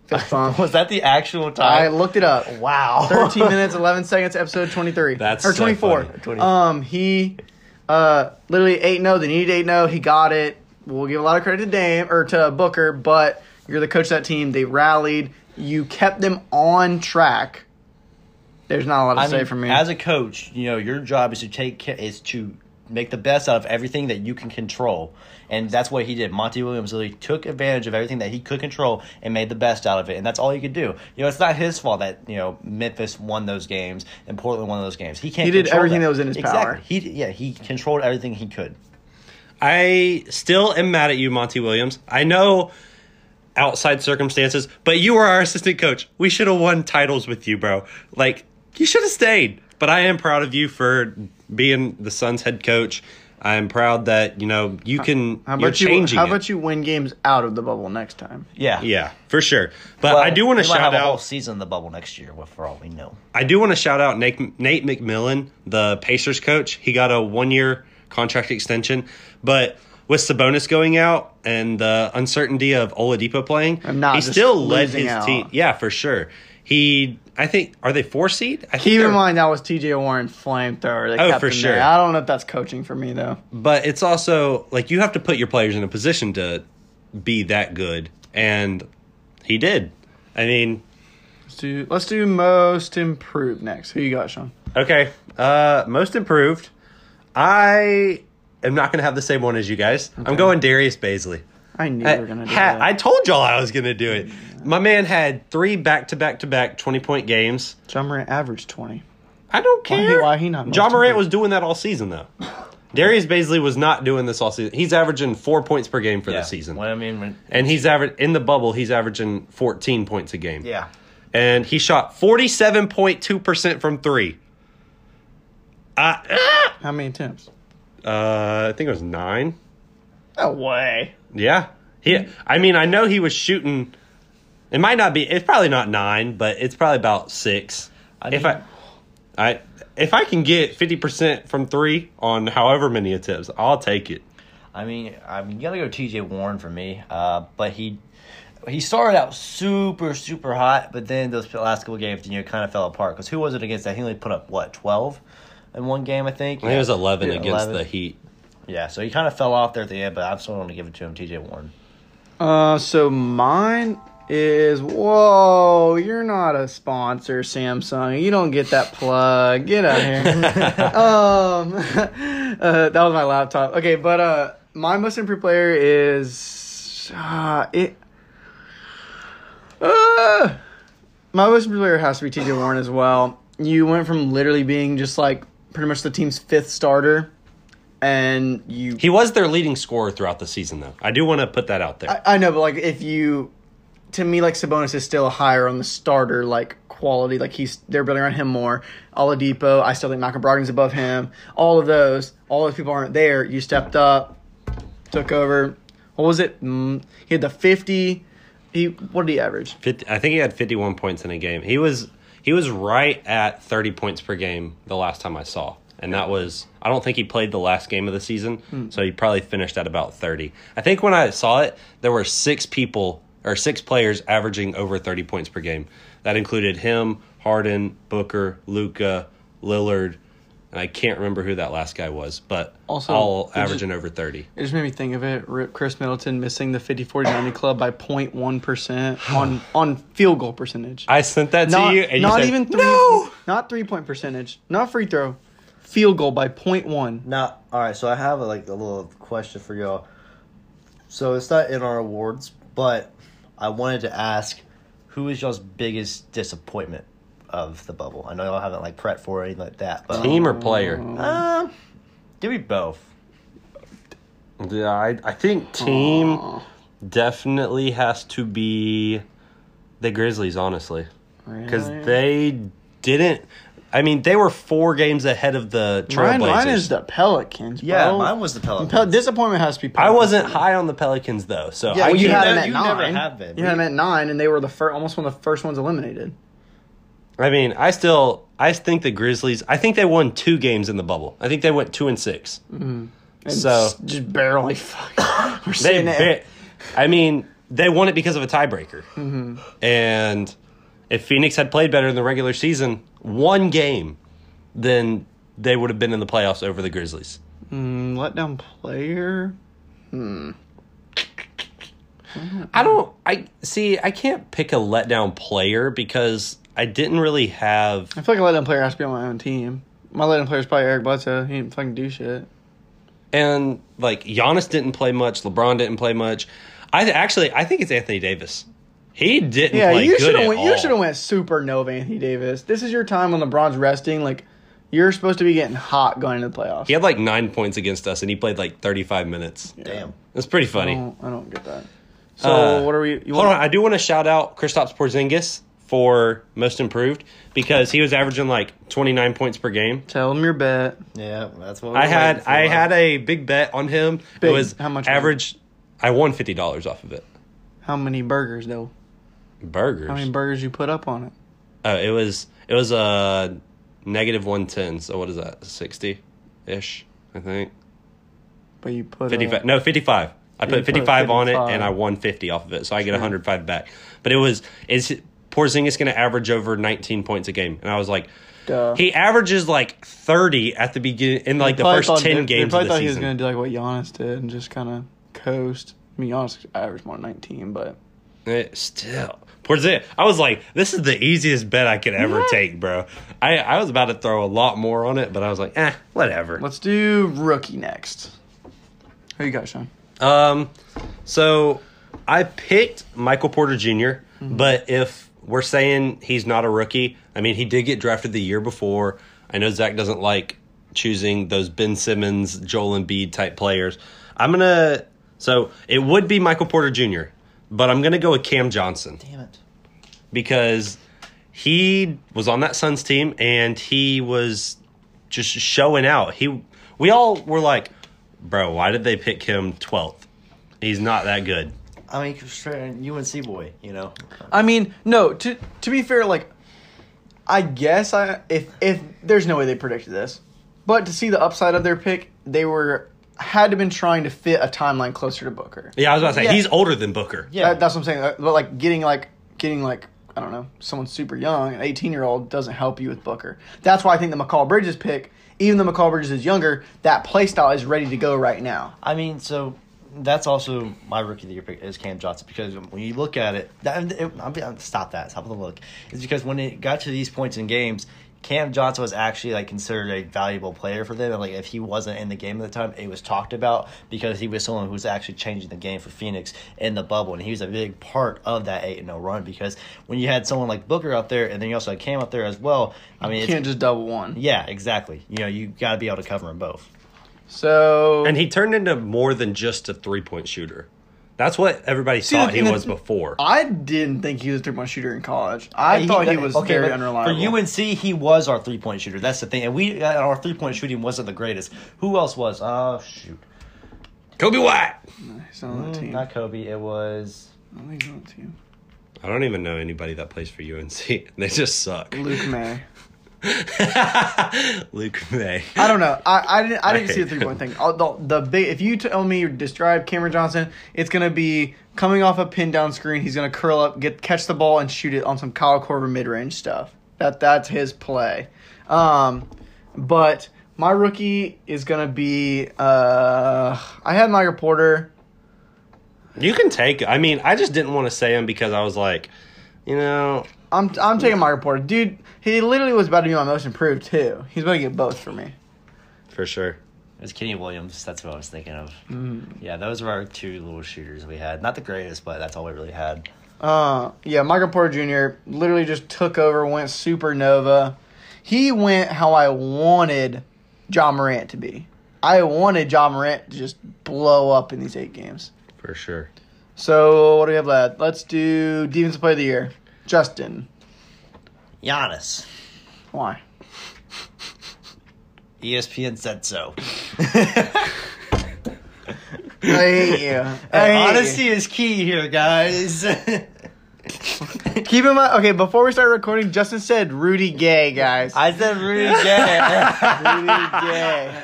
[SPEAKER 2] Fist bump.
[SPEAKER 1] Was that the actual
[SPEAKER 2] I
[SPEAKER 1] time?
[SPEAKER 2] looked it up.
[SPEAKER 1] wow.
[SPEAKER 2] 13 minutes, 11 seconds, episode 23.
[SPEAKER 3] That's
[SPEAKER 2] or
[SPEAKER 3] so
[SPEAKER 2] 24.
[SPEAKER 3] funny.
[SPEAKER 1] 20.
[SPEAKER 2] Um, he uh literally 8 no, they needed 8 no, he got it. We'll give a lot of credit to Dame or to Booker, but you're the coach of that team. They rallied. You kept them on track. There's not a lot to
[SPEAKER 1] I
[SPEAKER 2] say
[SPEAKER 1] mean,
[SPEAKER 2] from me.
[SPEAKER 1] as a coach, you know your job is to take care, is to make the best out of everything that you can control, and that's what he did. Monty Williams really took advantage of everything that he could control and made the best out of it, and that's all he could do. You know, it's not his fault that you know Memphis won those games and Portland won those games. He can't.
[SPEAKER 2] He did
[SPEAKER 1] control
[SPEAKER 2] everything that was in his
[SPEAKER 1] exactly.
[SPEAKER 2] power.
[SPEAKER 1] He yeah he controlled everything he could.
[SPEAKER 3] I still am mad at you, Monty Williams. I know outside circumstances, but you were our assistant coach. We should have won titles with you, bro. Like, you should have stayed. But I am proud of you for being the Suns head coach. I'm proud that, you know, you can
[SPEAKER 2] how
[SPEAKER 3] you're
[SPEAKER 2] about you
[SPEAKER 3] changing
[SPEAKER 2] how
[SPEAKER 3] it.
[SPEAKER 2] about you win games out of the bubble next time?
[SPEAKER 1] Yeah.
[SPEAKER 3] Yeah, for sure. But
[SPEAKER 1] Well,
[SPEAKER 3] I do want to
[SPEAKER 1] we might have
[SPEAKER 3] shout
[SPEAKER 1] a whole
[SPEAKER 3] out
[SPEAKER 1] season in the bubble next year, for all we know.
[SPEAKER 3] I do want to shout out Nate, Nate McMillan, the Pacers coach. He got a one year contract extension, but with Sabonis going out and the uncertainty of Oladipo playing,
[SPEAKER 2] And not
[SPEAKER 3] he
[SPEAKER 2] just
[SPEAKER 3] still led
[SPEAKER 2] losing
[SPEAKER 3] his
[SPEAKER 2] out.
[SPEAKER 3] team. Yeah, for sure. He, I think, are they four seed? I think
[SPEAKER 2] Keep in
[SPEAKER 3] they're-
[SPEAKER 2] mind that was TJ Warren flamethrower. that
[SPEAKER 3] Oh,
[SPEAKER 2] kept
[SPEAKER 3] for
[SPEAKER 2] him
[SPEAKER 3] sure.
[SPEAKER 2] there. I don't know if that's coaching for me though.
[SPEAKER 3] but it's also like you have to put your players in a position to be that good, and he did. I mean,
[SPEAKER 2] Let's do let's do most improved next. Who you got, Sean?
[SPEAKER 3] Okay. Uh, most improved. I am not going to have the same one as you guys. I'm going Darius Baisley.
[SPEAKER 2] I knew
[SPEAKER 3] I,
[SPEAKER 1] Uh,
[SPEAKER 2] you were gonna do
[SPEAKER 3] Uh, ha-
[SPEAKER 2] that.
[SPEAKER 3] I told y'all I was going to do it. My man had three back to back to back 20 point games.
[SPEAKER 2] John Morant averaged 20.
[SPEAKER 3] I don't
[SPEAKER 2] Why he-
[SPEAKER 3] care.
[SPEAKER 2] why he not most
[SPEAKER 3] John Morant
[SPEAKER 2] improved?
[SPEAKER 3] was doing that all season, though. Darius Baisley was not doing this all season. He's averaging four points per game for the
[SPEAKER 1] Yeah.
[SPEAKER 3] season.
[SPEAKER 1] Well, I mean, when-
[SPEAKER 3] And he's average in the bubble, he's averaging 14 points a game.
[SPEAKER 1] yeah.
[SPEAKER 3] and he shot 47.2% from three.
[SPEAKER 2] How many attempts?
[SPEAKER 3] Uh, I think it was nine.
[SPEAKER 2] No way.
[SPEAKER 3] Yeah. He, I mean, I know he was shooting. It might not be. It's probably not nine, but it's probably about six. if I, I, if I can get fifty percent from three on however many attempts, I'll take it.
[SPEAKER 1] I mean, I'm gonna go T.J. Warren for me, uh, but he he started out super super hot, but then those last couple games, you know, kind of fell apart. Because who was it against that? He only put up what twelve in one game, I think.
[SPEAKER 3] I think it was eleven
[SPEAKER 1] Yeah,
[SPEAKER 3] against
[SPEAKER 1] 11.
[SPEAKER 3] the Heat.
[SPEAKER 1] Yeah, so he kind of fell off there at the end, but I'm still gonna give it to him, T.J. Warren.
[SPEAKER 2] Uh, so mine is whoa. You're not a sponsor, Samsung. You don't get that plug. Get out here. um, uh, that was my laptop. Okay, but uh, my most improved player is uh, it. Uh, my most improved player has to be T.J. Warren as well. You went from literally being just like pretty much the team's fifth starter, and you
[SPEAKER 3] He was their leading scorer throughout the season, though. I do want to put that out there.
[SPEAKER 2] I know, but like if you, to me, like Sabonis is still higher on the starter like quality. Like he's they're building around him more. Oladipo, I still think Malcolm Brogdon's above him. All of those, all those people aren't there. You stepped up, took over. What was it? Mm, he had the fifty. He what did he average?
[SPEAKER 3] 50, I think he had fifty-one points in a game. He was he was right at thirty points per game the last time I saw, and that was I don't think he played the last game of the season,
[SPEAKER 2] Hmm.
[SPEAKER 3] so he probably finished at about thirty. I think when I saw it, there were six people or six players averaging over thirty points per game. That included him, Harden, Booker, Luca, Lillard, and I can't remember who that last guy was, but
[SPEAKER 2] Also,
[SPEAKER 3] all
[SPEAKER 2] did you-
[SPEAKER 3] averaging over thirty.
[SPEAKER 2] It just made me think of it. Rip Chris Middleton missing the 50-40-90 club by 0.1 percent on on field goal percentage.
[SPEAKER 3] I sent that
[SPEAKER 2] not,
[SPEAKER 3] to you, and
[SPEAKER 2] not
[SPEAKER 3] you said,
[SPEAKER 2] even three,
[SPEAKER 3] No,
[SPEAKER 2] not three point percentage, not free throw, field goal by point one.
[SPEAKER 1] Now, all right, so I have like a little question for y'all. So it's not in our awards, but I wanted to ask, who is y'all's biggest disappointment of the bubble? I know y'all haven't like prepped for it or anything like that, but
[SPEAKER 3] team or player.
[SPEAKER 2] Oh.
[SPEAKER 1] Um, give me both.
[SPEAKER 3] Yeah, I, I think team definitely has to be the Grizzlies, honestly, because
[SPEAKER 2] Really?
[SPEAKER 3] they didn't. I mean, they were four games ahead of the
[SPEAKER 2] Mine, mine
[SPEAKER 3] Trailblazers.
[SPEAKER 2] is the Pelicans. Bro.
[SPEAKER 1] Yeah, mine was the Pelicans.
[SPEAKER 2] Pel- disappointment has to be.
[SPEAKER 3] I
[SPEAKER 2] Pelicans.
[SPEAKER 3] wasn't high on the Pelicans though, so
[SPEAKER 2] Yeah,
[SPEAKER 3] I
[SPEAKER 2] well, you
[SPEAKER 1] you
[SPEAKER 2] had
[SPEAKER 1] ne-
[SPEAKER 2] them at
[SPEAKER 1] you
[SPEAKER 2] nine.
[SPEAKER 1] never have been.
[SPEAKER 2] You had them at nine, and they were the first, almost one of the first ones eliminated.
[SPEAKER 3] I mean, I still I think the Grizzlies. I think they won two games in the bubble. I think they went two and 6
[SPEAKER 2] Mm-hmm. And
[SPEAKER 3] So-
[SPEAKER 2] s- just barely. Fuck. we're
[SPEAKER 3] They,
[SPEAKER 2] sitting there.
[SPEAKER 3] ba- I mean, they won it because of a tiebreaker. And if Phoenix had played better in the regular season, one game, then they would have been in the playoffs over the Grizzlies.
[SPEAKER 2] Mm, let down player.
[SPEAKER 3] I don't. I see. I can't pick a letdown player because I didn't really have.
[SPEAKER 2] I feel like a letdown player has to be on my own team. My letdown player is probably Eric Bledsoe. He didn't fucking do shit.
[SPEAKER 3] And like Giannis didn't play much. LeBron didn't play much. I th- actually I think it's Anthony Davis. He didn't.
[SPEAKER 2] Yeah,
[SPEAKER 3] play
[SPEAKER 2] you
[SPEAKER 3] good
[SPEAKER 2] should
[SPEAKER 3] at
[SPEAKER 2] have went. You
[SPEAKER 3] all.
[SPEAKER 2] should have went supernova, Anthony Davis. This is your time when LeBron's resting. Like, you're supposed to be getting hot going into the playoffs.
[SPEAKER 3] He had like nine points against us, and he played like thirty-five minutes.
[SPEAKER 1] Damn.
[SPEAKER 3] That's pretty
[SPEAKER 2] I
[SPEAKER 3] funny.
[SPEAKER 2] don't, I don't get that. So
[SPEAKER 3] Uh,
[SPEAKER 2] what are we? You
[SPEAKER 3] Hold on,
[SPEAKER 2] want,
[SPEAKER 3] I do want to shout out Kristaps Porzingis for most improved because he was averaging like twenty-nine points per game.
[SPEAKER 2] tell him your bet.
[SPEAKER 1] Yeah, that's what we
[SPEAKER 3] I
[SPEAKER 1] were
[SPEAKER 3] had
[SPEAKER 1] waiting for.
[SPEAKER 3] I had a big bet on him.
[SPEAKER 2] Big.
[SPEAKER 3] It was
[SPEAKER 2] How much money?
[SPEAKER 3] average. I won fifty dollars off of it.
[SPEAKER 2] How many burgers though?
[SPEAKER 3] Burgers.
[SPEAKER 2] How many burgers you put up on it?
[SPEAKER 3] Oh, it was it was a negative one ten. So what is that? Sixty ish, I think.
[SPEAKER 2] But you put
[SPEAKER 3] Fifty five.
[SPEAKER 2] up-
[SPEAKER 3] No, fifty five. I
[SPEAKER 2] you
[SPEAKER 3] put
[SPEAKER 2] put
[SPEAKER 3] fifty five on it,
[SPEAKER 2] 55.
[SPEAKER 3] and I won fifty off of it, so I get hundred five back. But it was is Porzingis going to average over nineteen points a game? And I was like,
[SPEAKER 2] Duh.
[SPEAKER 3] he averages like thirty at the beginning in like the
[SPEAKER 2] Probably
[SPEAKER 3] first
[SPEAKER 2] thought-
[SPEAKER 3] ten
[SPEAKER 2] they- They
[SPEAKER 3] games
[SPEAKER 2] probably
[SPEAKER 3] of
[SPEAKER 2] thought
[SPEAKER 3] the
[SPEAKER 2] he was gonna
[SPEAKER 3] season.
[SPEAKER 2] do like what Giannis did and just kind of coast. I mean, Giannis averaged more than nineteen, but
[SPEAKER 3] Eh, Still. Porzingis, I was like, this is the easiest bet I could ever take, bro. I, I was about to throw a lot more on it, but I was like, eh, whatever.
[SPEAKER 2] let's do rookie next. Who you got, Sean?
[SPEAKER 3] Um, so I picked Michael Porter junior but if we're saying he's not a rookie, I mean he did get drafted the year before. I know Zach doesn't like choosing those Ben Simmons, Joel Embiid type players. I'm gonna so it would be Michael Porter Jr., but I'm gonna go with Cam Johnson
[SPEAKER 1] Damn it.
[SPEAKER 3] because he was on that Suns team and he was just showing out. He we all were like, bro, why did they pick him 12th? He's not that good.
[SPEAKER 1] I mean, straight UNC boy, you know.
[SPEAKER 2] I mean, no. To to be fair, like, I guess I if if there's no way they predicted this, but to see the upside of their pick, they were had to been trying to fit a timeline closer to Booker.
[SPEAKER 3] Yeah, I was about to say
[SPEAKER 1] Yeah.
[SPEAKER 3] he's older than Booker.
[SPEAKER 1] Yeah.
[SPEAKER 2] That, that's what I'm saying. uh, But like getting like getting like I don't know someone super young, an 18 year old doesn't help you with Booker. That's why I think the McCall Bridges pick, even though McCall Bridges is younger, that play style is ready to go right now.
[SPEAKER 1] I mean, so that's also my rookie of the year pick is Cam Johnson because when you look at it, that, it I'm, I'm- stop that, stop the look. It's because when it got to these points in games, Cam Johnson was actually like considered a valuable player for them. And like if he wasn't in the game at the time, it was talked about because he was someone who was actually changing the game for Phoenix in the bubble, and he was a big part of that eight and zero run. Because when you had someone like Booker out there, and then you also had Cam out there as well, I mean,
[SPEAKER 2] You
[SPEAKER 1] it's,
[SPEAKER 2] can't just double one.
[SPEAKER 1] yeah, exactly. You know, you got to be able to cover them both.
[SPEAKER 2] So
[SPEAKER 3] And he turned into more than just a three point shooter. That's what everybody
[SPEAKER 2] the
[SPEAKER 3] thought he
[SPEAKER 2] thing that- Uh,
[SPEAKER 3] was before.
[SPEAKER 2] I didn't think he was a three point shooter in college. I
[SPEAKER 1] He-
[SPEAKER 2] thought he was very
[SPEAKER 1] but
[SPEAKER 2] unreliable.
[SPEAKER 1] For UNC, he was our three point shooter. That's the thing. And we uh, our three point shooting wasn't the greatest. Who else was? Oh shoot,
[SPEAKER 3] Kobe White.
[SPEAKER 2] He's Mm, not on the team.
[SPEAKER 1] not Kobe. It was
[SPEAKER 2] I don't think he's on the team.
[SPEAKER 3] I don't even know anybody that plays for UNC. They just suck.
[SPEAKER 2] Luke May.
[SPEAKER 3] Luke May.
[SPEAKER 2] I don't know. I, I didn't. I didn't see the
[SPEAKER 3] Okay.
[SPEAKER 2] three point thing. Oh, The, the big. If you tell me you describe Cameron Johnson, it's gonna be coming off a pin down screen. He's gonna curl up, get catch the ball, and shoot it on some Kyle Korver mid range stuff. That that's his play. Um, but my rookie is gonna be. Uh, I had my reporter.
[SPEAKER 3] You can take. I mean, I just didn't want to say him because I was like, you know,
[SPEAKER 2] I'm I'm taking my reporter, dude. He literally was about to be my most improved too. He's about to get both for me.
[SPEAKER 3] for sure.
[SPEAKER 1] it was Kenny Williams. That's what I was thinking of.
[SPEAKER 2] Mm.
[SPEAKER 1] Yeah, those were our two little shooters we had. Not the greatest, but that's all we really had.
[SPEAKER 2] Uh, yeah, Michael Porter Jr. literally just took over, went supernova. He went how I wanted John Morant to be. I wanted John Morant to just blow up in these eight games.
[SPEAKER 3] For sure.
[SPEAKER 2] So what do we have left? Let's do defensive player of the year, Justin.
[SPEAKER 1] Giannis.
[SPEAKER 2] Why?
[SPEAKER 1] ESPN said so.
[SPEAKER 2] I hate you. I
[SPEAKER 1] Hey,
[SPEAKER 2] hate you.
[SPEAKER 1] honesty is key here, guys.
[SPEAKER 2] Keep in mind. Okay, before we start recording, Justin said Rudy Gay, guys.
[SPEAKER 1] I said Rudy Gay.
[SPEAKER 2] Rudy Gay.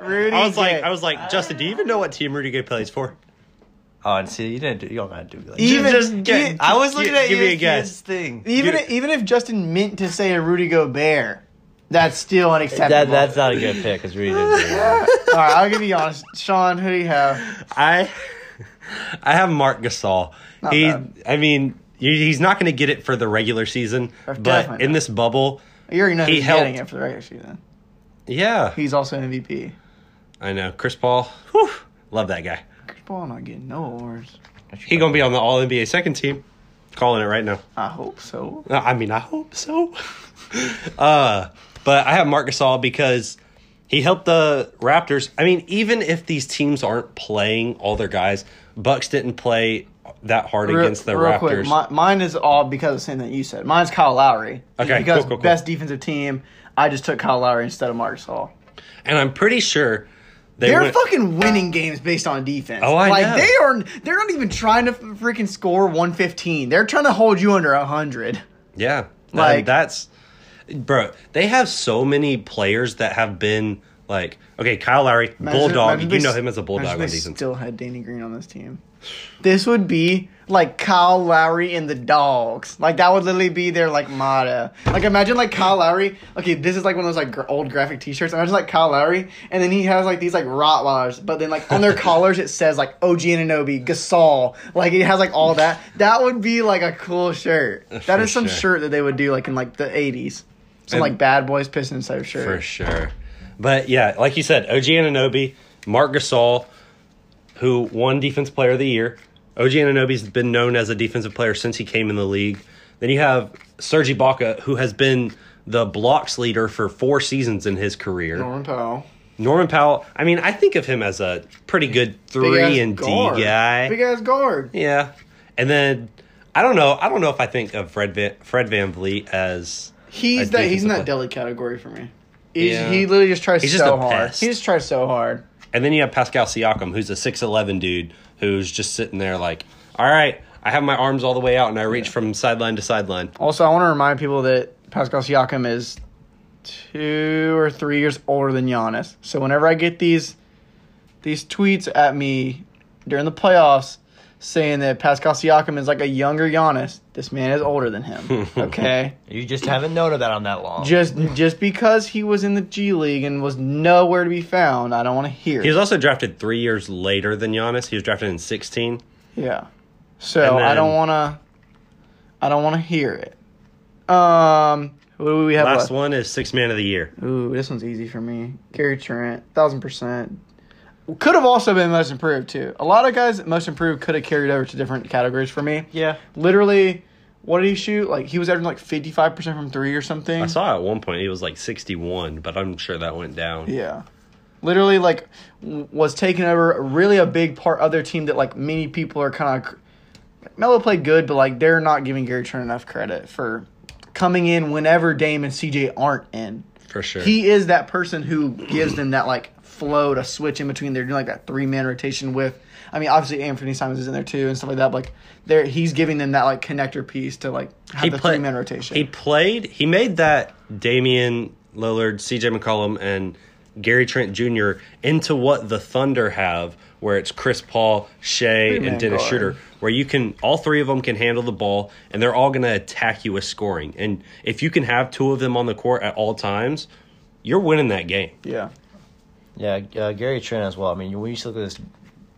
[SPEAKER 2] Rudy
[SPEAKER 3] I was
[SPEAKER 2] Gay.
[SPEAKER 3] like, I was like, Justin, do you even know what team Rudy Gay plays for?
[SPEAKER 1] oh, and see, you didn't do. You don't gotta do that.
[SPEAKER 2] E- Even-
[SPEAKER 3] just get,
[SPEAKER 2] e-
[SPEAKER 1] I was looking
[SPEAKER 3] gi-
[SPEAKER 1] at
[SPEAKER 3] give me a
[SPEAKER 1] ESPN's
[SPEAKER 3] guess.
[SPEAKER 1] thing.
[SPEAKER 2] even
[SPEAKER 3] dude.
[SPEAKER 2] even if Justin meant to say a Rudy Gobert, that's still unacceptable.
[SPEAKER 1] That that's not a good pick because Rudy didn't. Do that.
[SPEAKER 2] All right, I'll give you honest. Sean, who do you have?
[SPEAKER 3] I I have Mark Gasol. he,
[SPEAKER 2] bad.
[SPEAKER 3] I mean, you, he's not going to get it for the regular season, but
[SPEAKER 2] definitely
[SPEAKER 3] in
[SPEAKER 2] not.
[SPEAKER 3] this bubble,
[SPEAKER 2] You already know
[SPEAKER 3] He
[SPEAKER 2] who's getting it
[SPEAKER 3] helped.
[SPEAKER 2] for the regular season.
[SPEAKER 3] yeah,
[SPEAKER 2] He's also MVP.
[SPEAKER 3] I know Chris Paul. Whew, love that guy.
[SPEAKER 2] Chris Paul not getting no awards.
[SPEAKER 3] He gonna be on the All NBA second team. Calling it right now.
[SPEAKER 2] I hope so.
[SPEAKER 3] Uh, I mean, I hope so. uh, but I have Marc Gasol because he helped the Raptors. I mean, even if these teams aren't playing all their guys, Bucks didn't play that hard
[SPEAKER 2] Real-
[SPEAKER 3] against the
[SPEAKER 2] real
[SPEAKER 3] Raptors.
[SPEAKER 2] Quick, mi- mine is all because of the same that you said. Mine's Kyle Lowry. Just
[SPEAKER 3] Okay,
[SPEAKER 2] because
[SPEAKER 3] cool, cool, cool.
[SPEAKER 2] best defensive team. I just took Kyle Lowry instead of Marcus Hall.
[SPEAKER 3] and I'm pretty sure they
[SPEAKER 2] They're
[SPEAKER 3] went-
[SPEAKER 2] fucking winning games based on defense.
[SPEAKER 3] Oh, I
[SPEAKER 2] like
[SPEAKER 3] know.
[SPEAKER 2] they are. They're not even trying to freaking score one fifteen. They're trying to hold you under hundred.
[SPEAKER 3] Yeah.
[SPEAKER 2] Like-
[SPEAKER 3] Like that's bro, they have so many players that have been like okay, Kyle Lowry, Bulldog, you know him as a Bulldog
[SPEAKER 2] They
[SPEAKER 3] on defense.
[SPEAKER 2] still had Danny Green on this team. This would be like Kyle Lowry and the Dogs. Like that would literally be their like motto. Like imagine like Kyle Lowry. Okay, this is like one of those like gr- old graphic T-shirts. Imagine like Kyle Lowry, and then he has like these like Rottweilers, but then like on their collars it says like OG Ananobi, Gasol. Like it has like all that. That would be like a cool shirt. That
[SPEAKER 3] For
[SPEAKER 2] is some
[SPEAKER 3] sure.
[SPEAKER 2] shirt that they would do like in like the '80s. Some
[SPEAKER 3] And-
[SPEAKER 2] like Bad Boys Pistons type shirt.
[SPEAKER 3] For sure. But yeah, like you said, OG Ananobi, Mark Gasol, who won Defense Player of the Year. OG Ananobi's been known as a defensive player since he came in the league. Then you have Serge Ibaka, who has been the blocks leader for four seasons in his career.
[SPEAKER 2] Norman Powell.
[SPEAKER 3] Norman Powell, I mean, I think of him as a pretty good
[SPEAKER 2] Big ass
[SPEAKER 3] three and D
[SPEAKER 2] guard.
[SPEAKER 3] guy.
[SPEAKER 2] Big ass guard.
[SPEAKER 3] Yeah, and then I don't know. I don't know if I think of Fred Van, Fred Van Vliet as
[SPEAKER 2] He's
[SPEAKER 3] a
[SPEAKER 2] that. He's in
[SPEAKER 3] defensive
[SPEAKER 2] that
[SPEAKER 3] player.
[SPEAKER 2] deli category for me. He's,
[SPEAKER 3] Yeah.
[SPEAKER 2] He literally just tries
[SPEAKER 3] He's
[SPEAKER 2] so
[SPEAKER 3] just a
[SPEAKER 2] hard.
[SPEAKER 3] pest.
[SPEAKER 2] He just tries so hard.
[SPEAKER 3] And then you have Pascal Siakam, who's a six eleven dude who's just sitting there like, all right, I have my arms all the way out and I reach from sideline to sideline.
[SPEAKER 2] Also, I want to remind people that Pascal Siakam is two or three years older than Giannis. So whenever I get these these tweets at me during the playoffs saying that Pascal Siakam is like a younger Giannis, this man is older than him. Okay.
[SPEAKER 1] You just haven't known about him that long.
[SPEAKER 2] just just because he was in the G League and was nowhere to be found, I don't want to hear.
[SPEAKER 3] He
[SPEAKER 2] it.
[SPEAKER 3] was also drafted three years later than Giannis. He was drafted in sixteen.
[SPEAKER 2] Yeah. So
[SPEAKER 3] And
[SPEAKER 2] I don't
[SPEAKER 3] then-
[SPEAKER 2] want to. I don't want to hear it. Um. What do we have
[SPEAKER 3] Last
[SPEAKER 2] left?
[SPEAKER 3] one is six man of the year.
[SPEAKER 2] Ooh, this one's easy for me. Gary Trent, thousand percent. Could have also been most improved too. A lot of guys at most improved could have carried over to different categories for me.
[SPEAKER 1] yeah.
[SPEAKER 2] Literally, what did he shoot? Like he was averaging like fifty five percent from three or something.
[SPEAKER 3] I saw at one point he was like sixty one, but I'm sure that went down.
[SPEAKER 2] Yeah. Literally, like, w- was taking over really a big part of their team that, like, many people are kind of. Melo played good, but, like, they're not giving Gary Trent enough credit for coming in whenever Dame and CJ aren't in.
[SPEAKER 3] For sure.
[SPEAKER 2] He is that person who gives them that, like, flow to switch in between. They're doing, like, that three man rotation with. I mean, obviously, Anthony Simons is in there, too, and stuff like that. But, like, they're, he's giving them that, like, connector piece to, like, have the
[SPEAKER 3] play-
[SPEAKER 2] three man rotation.
[SPEAKER 3] He played. He made that Damian Lillard, C.J. McCollum, and Gary Trent Jr. into what the Thunder have, where it's Chris Paul, Shea,
[SPEAKER 2] Three-man
[SPEAKER 3] and Dennis
[SPEAKER 2] guard.
[SPEAKER 3] Schroeder, where you can all three of them can handle the ball, and they're all going to attack you with scoring. And if you can have two of them on the court at all times, you're winning that game.
[SPEAKER 2] yeah.
[SPEAKER 1] Yeah, uh, Gary Trent as well. I mean, when you look at this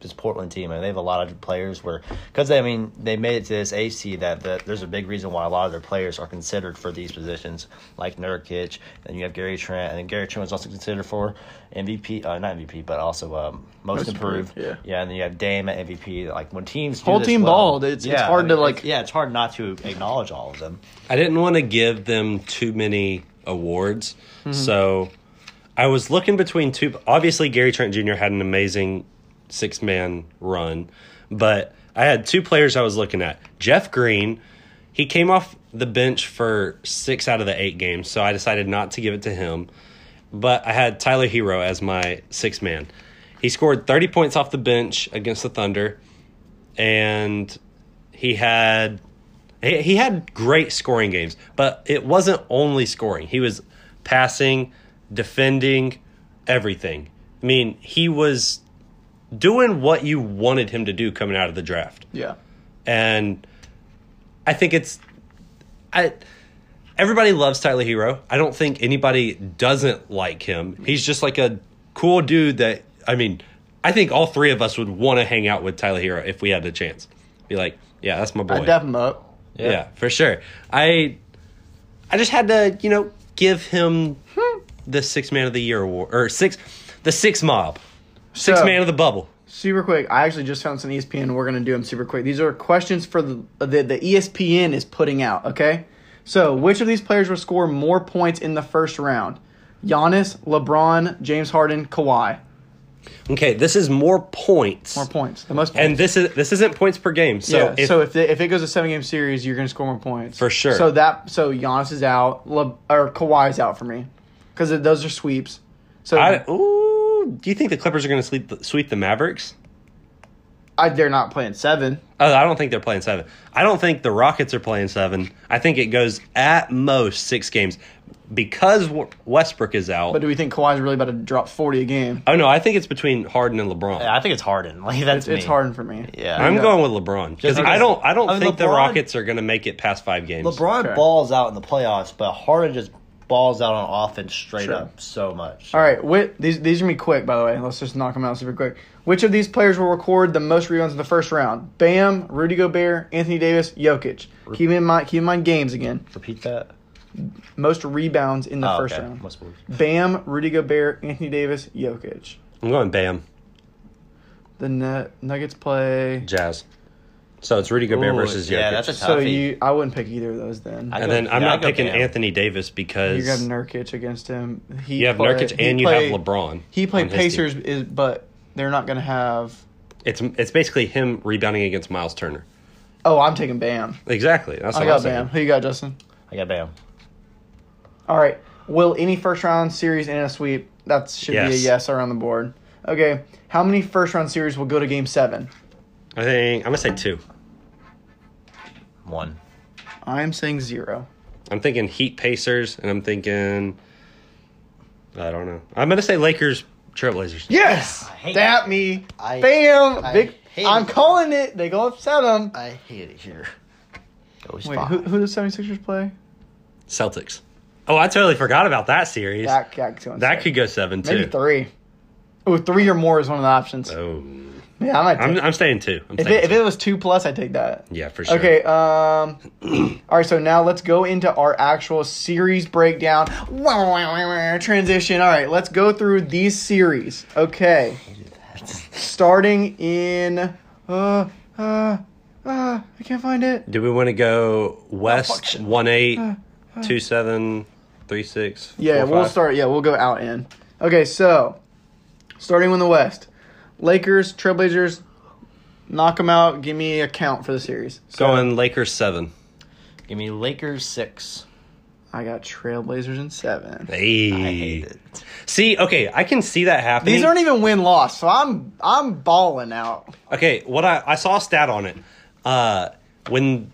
[SPEAKER 1] this Portland team, and they have a lot of players where because I mean they made it to this AC that, that there's a big reason why a lot of their players are considered for these positions, like Nurkic, and you have Gary Trent, and then Gary Trent was also considered for MVP, uh, not MVP, but also um, most,
[SPEAKER 2] Most improved,
[SPEAKER 1] improved.
[SPEAKER 2] yeah.
[SPEAKER 1] yeah, and then you have Dame at MVP. Like when teams do
[SPEAKER 2] Whole
[SPEAKER 1] this
[SPEAKER 2] team
[SPEAKER 1] well-
[SPEAKER 2] balled. It's- it's hard to, like-
[SPEAKER 1] yeah, it's hard not to acknowledge all of them.
[SPEAKER 3] I didn't want to give them too many awards. So I was looking between two. Obviously, Gary Trent Jr. had an amazing six man run, but I had two players I was looking at Jeff Green. He came off the bench for six out of the eight games, so I decided not to give it to him. But I had Tyler Hero as my sixth man. He scored 30 points off the bench against the Thunder, and he had he, he had great scoring games, but it wasn't only scoring. He was passing, defending, everything. I mean, he was doing what you wanted him to do coming out of the draft
[SPEAKER 2] Yeah.
[SPEAKER 3] and I think it's I everybody loves Tyler Hero. I don't think anybody doesn't like him. He's just like a cool dude that I mean, I think all three of us would want to hang out with Tyler Hero if we had the chance. Be like, yeah, that's my boy.
[SPEAKER 2] I dap him up.
[SPEAKER 3] yeah. for sure. I I just had to, you know, give him the six man of the year award or six the six mob. Six
[SPEAKER 2] So-
[SPEAKER 3] man of the bubble.
[SPEAKER 2] Super quick. I actually just found some E ESPN. We're gonna do them super quick. These are questions for the the, the E ESPN is putting out. Okay. So which of these players will score more points in the first round? Giannis, LeBron, James Harden, Kawhi.
[SPEAKER 3] Okay, this is more points.
[SPEAKER 2] More points. The most. Points.
[SPEAKER 3] And this is this isn't points per game. So
[SPEAKER 2] yeah,
[SPEAKER 3] if
[SPEAKER 2] so if it, if it goes a seven game series, you're gonna score more points
[SPEAKER 3] For sure.
[SPEAKER 2] So that so Giannis is out, Le, or Kawhi's out for me, because those are sweeps. So
[SPEAKER 3] I,
[SPEAKER 2] I,
[SPEAKER 3] ooh, do you think the Clippers are going to sweep the, sweep the Mavericks?
[SPEAKER 2] they're not playing seven.
[SPEAKER 3] Oh, I don't think they're playing seven. I don't think the Rockets are playing seven. I think it goes at most six games because W- Westbrook is out.
[SPEAKER 2] But do we think Kawhi's really about to drop forty a game?
[SPEAKER 3] oh no, I think it's between Harden and LeBron.
[SPEAKER 1] Yeah, I think it's Harden. Like that's
[SPEAKER 2] It's
[SPEAKER 1] me.
[SPEAKER 2] Harden for me.
[SPEAKER 1] Yeah,
[SPEAKER 3] I'm going with LeBron because
[SPEAKER 1] because-
[SPEAKER 3] I don't. I don't
[SPEAKER 1] I mean,
[SPEAKER 3] think the
[SPEAKER 1] LeBron-
[SPEAKER 3] Rockets are going to make it past five games.
[SPEAKER 1] LeBron
[SPEAKER 2] Sure.
[SPEAKER 1] balls out in the playoffs, but Harden just balls out on offense straight
[SPEAKER 2] Sure.
[SPEAKER 1] up so much.
[SPEAKER 2] All right. Which, these these are gonna be quick, by the way. Let's just knock them out super quick. Which of these players will record the most rebounds in the first round? Bam, Rudy Gobert, Anthony Davis, Jokic. Keep in mind, keep in mind games again.
[SPEAKER 1] Repeat that.
[SPEAKER 2] Most rebounds
[SPEAKER 3] Ah,
[SPEAKER 2] in the
[SPEAKER 1] Oh,
[SPEAKER 2] first
[SPEAKER 1] okay.
[SPEAKER 2] round.
[SPEAKER 1] Must believe.
[SPEAKER 2] Bam, Rudy Gobert, Anthony Davis, Jokic.
[SPEAKER 3] I'm going Bam
[SPEAKER 2] The Nug- Nuggets play.
[SPEAKER 3] Jazz. So it's Rudy Gobert
[SPEAKER 1] Ooh,
[SPEAKER 3] versus Jokic.
[SPEAKER 1] yeah, that's a tough
[SPEAKER 2] So
[SPEAKER 1] feat.
[SPEAKER 2] you, I wouldn't pick either of those then.
[SPEAKER 1] I-
[SPEAKER 3] and then I'm
[SPEAKER 1] Yeah, I
[SPEAKER 3] not
[SPEAKER 1] go
[SPEAKER 3] picking
[SPEAKER 1] Bam.
[SPEAKER 3] Anthony Davis because
[SPEAKER 2] you have Nurkic against him. He
[SPEAKER 3] you have
[SPEAKER 2] play-
[SPEAKER 3] Nurkic
[SPEAKER 2] he
[SPEAKER 3] and you
[SPEAKER 2] play-
[SPEAKER 3] have LeBron.
[SPEAKER 2] He
[SPEAKER 3] on
[SPEAKER 2] played
[SPEAKER 3] his team.
[SPEAKER 2] Pacers, is, but they're not going to have.
[SPEAKER 3] It's it's basically him rebounding against Miles Turner.
[SPEAKER 2] Oh, I'm taking Bam.
[SPEAKER 3] Exactly. That's
[SPEAKER 2] I
[SPEAKER 3] what I'm
[SPEAKER 2] got
[SPEAKER 3] saying.
[SPEAKER 2] Bam. Who you got, Justin?
[SPEAKER 1] I got Bam.
[SPEAKER 2] All right. Will any first round series end in a sweep? That should be a
[SPEAKER 3] Yes.
[SPEAKER 2] yes around the board. Okay. How many first round series will go to game seven?
[SPEAKER 3] I think I'm gonna say two.
[SPEAKER 1] One.
[SPEAKER 2] I'm saying zero.
[SPEAKER 3] I'm thinking Heat Pacers, and I'm thinking I don't know. I'm gonna say Lakers Trailblazers.
[SPEAKER 2] Yes!
[SPEAKER 1] hate-
[SPEAKER 2] Dap me.
[SPEAKER 1] I-
[SPEAKER 2] Bam.
[SPEAKER 1] I
[SPEAKER 2] Big,
[SPEAKER 1] hate
[SPEAKER 2] I'm
[SPEAKER 1] it.
[SPEAKER 2] calling it. They go upset them.
[SPEAKER 1] I hate it here. Goes
[SPEAKER 2] Wait,
[SPEAKER 1] five.
[SPEAKER 2] who, who does 76ers play?
[SPEAKER 3] Celtics. Oh, I totally forgot about that series. That,
[SPEAKER 2] That, that,
[SPEAKER 3] could go seven too.
[SPEAKER 2] maybe three. Oh, three or more is one of the options.
[SPEAKER 3] Oh,
[SPEAKER 2] Yeah, I might. Take,
[SPEAKER 3] I'm I'm staying two. I'm
[SPEAKER 2] if,
[SPEAKER 3] staying
[SPEAKER 2] it, if
[SPEAKER 3] two.
[SPEAKER 2] it was two plus, I'd take that.
[SPEAKER 3] yeah, for sure.
[SPEAKER 2] Okay. Um. all right. So now let's go into our actual series breakdown. Wow, wow, wow, wow, Transition. All right. Let's go through these series. Okay. Starting in. Uh. Uh. Uh. I can't find it.
[SPEAKER 3] Do we want to go West one eight two seven three six?
[SPEAKER 2] Uh, Yeah,
[SPEAKER 3] four,
[SPEAKER 2] we'll
[SPEAKER 3] five?
[SPEAKER 2] start. Yeah, we'll go out in. Okay, so starting with the West, Lakers, Trailblazers, knock them out. Give me a count for the series. So
[SPEAKER 3] Going Lakers seven.
[SPEAKER 1] Give me Lakers six.
[SPEAKER 2] I got Trailblazers in seven.
[SPEAKER 3] Hey.
[SPEAKER 1] I hate it.
[SPEAKER 3] See, okay, I can see that happening.
[SPEAKER 2] These aren't even win loss, so I'm I'm balling out.
[SPEAKER 3] Okay, what I, I saw a stat on it. Uh, when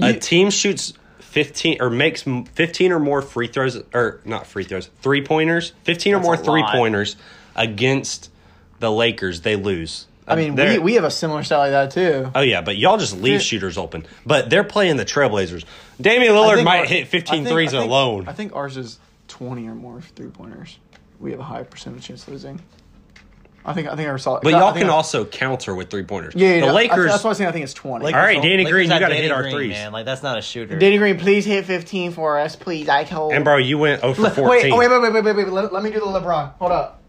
[SPEAKER 3] a
[SPEAKER 2] You-
[SPEAKER 3] team shoots 15 or makes m- 15 or more free throws, or not free throws, three pointers, 15 or
[SPEAKER 1] That's
[SPEAKER 3] more
[SPEAKER 1] a lot.
[SPEAKER 3] three pointers against the Lakers, they lose.
[SPEAKER 2] I mean, we, we have a similar stat like that too.
[SPEAKER 3] Oh, yeah, but y'all just leave
[SPEAKER 2] Dude.
[SPEAKER 3] shooters open. But they're playing the Trailblazers. Damian
[SPEAKER 2] I
[SPEAKER 3] Lillard
[SPEAKER 2] think
[SPEAKER 3] might
[SPEAKER 2] our-
[SPEAKER 3] hit
[SPEAKER 2] I
[SPEAKER 3] 15
[SPEAKER 2] think-
[SPEAKER 3] threes
[SPEAKER 2] I think-
[SPEAKER 3] alone.
[SPEAKER 2] I think ours is twenty or more three pointers. We have a high percentage chance of losing. I think I think I saw.
[SPEAKER 3] but
[SPEAKER 2] I
[SPEAKER 3] y'all
[SPEAKER 2] think
[SPEAKER 3] can
[SPEAKER 2] I-
[SPEAKER 3] also counter with three pointers.
[SPEAKER 2] Yeah, yeah,
[SPEAKER 3] the
[SPEAKER 2] no, I-
[SPEAKER 3] Lakers.
[SPEAKER 2] that's why I was saying I think it's twenty.
[SPEAKER 3] All right, Danny
[SPEAKER 1] Lakers
[SPEAKER 3] Green, you
[SPEAKER 1] have
[SPEAKER 3] gotta
[SPEAKER 1] Danny
[SPEAKER 3] hit our
[SPEAKER 1] Green,
[SPEAKER 3] threes.
[SPEAKER 1] Man, like that's not a shooter.
[SPEAKER 2] Danny Green, please hit 15 for us, please. I told.
[SPEAKER 3] and bro, you went 0 for
[SPEAKER 2] Le-
[SPEAKER 3] 14.
[SPEAKER 2] wait, oh, wait, wait, wait, wait, wait, wait. Let, let me do the LeBron. Hold up.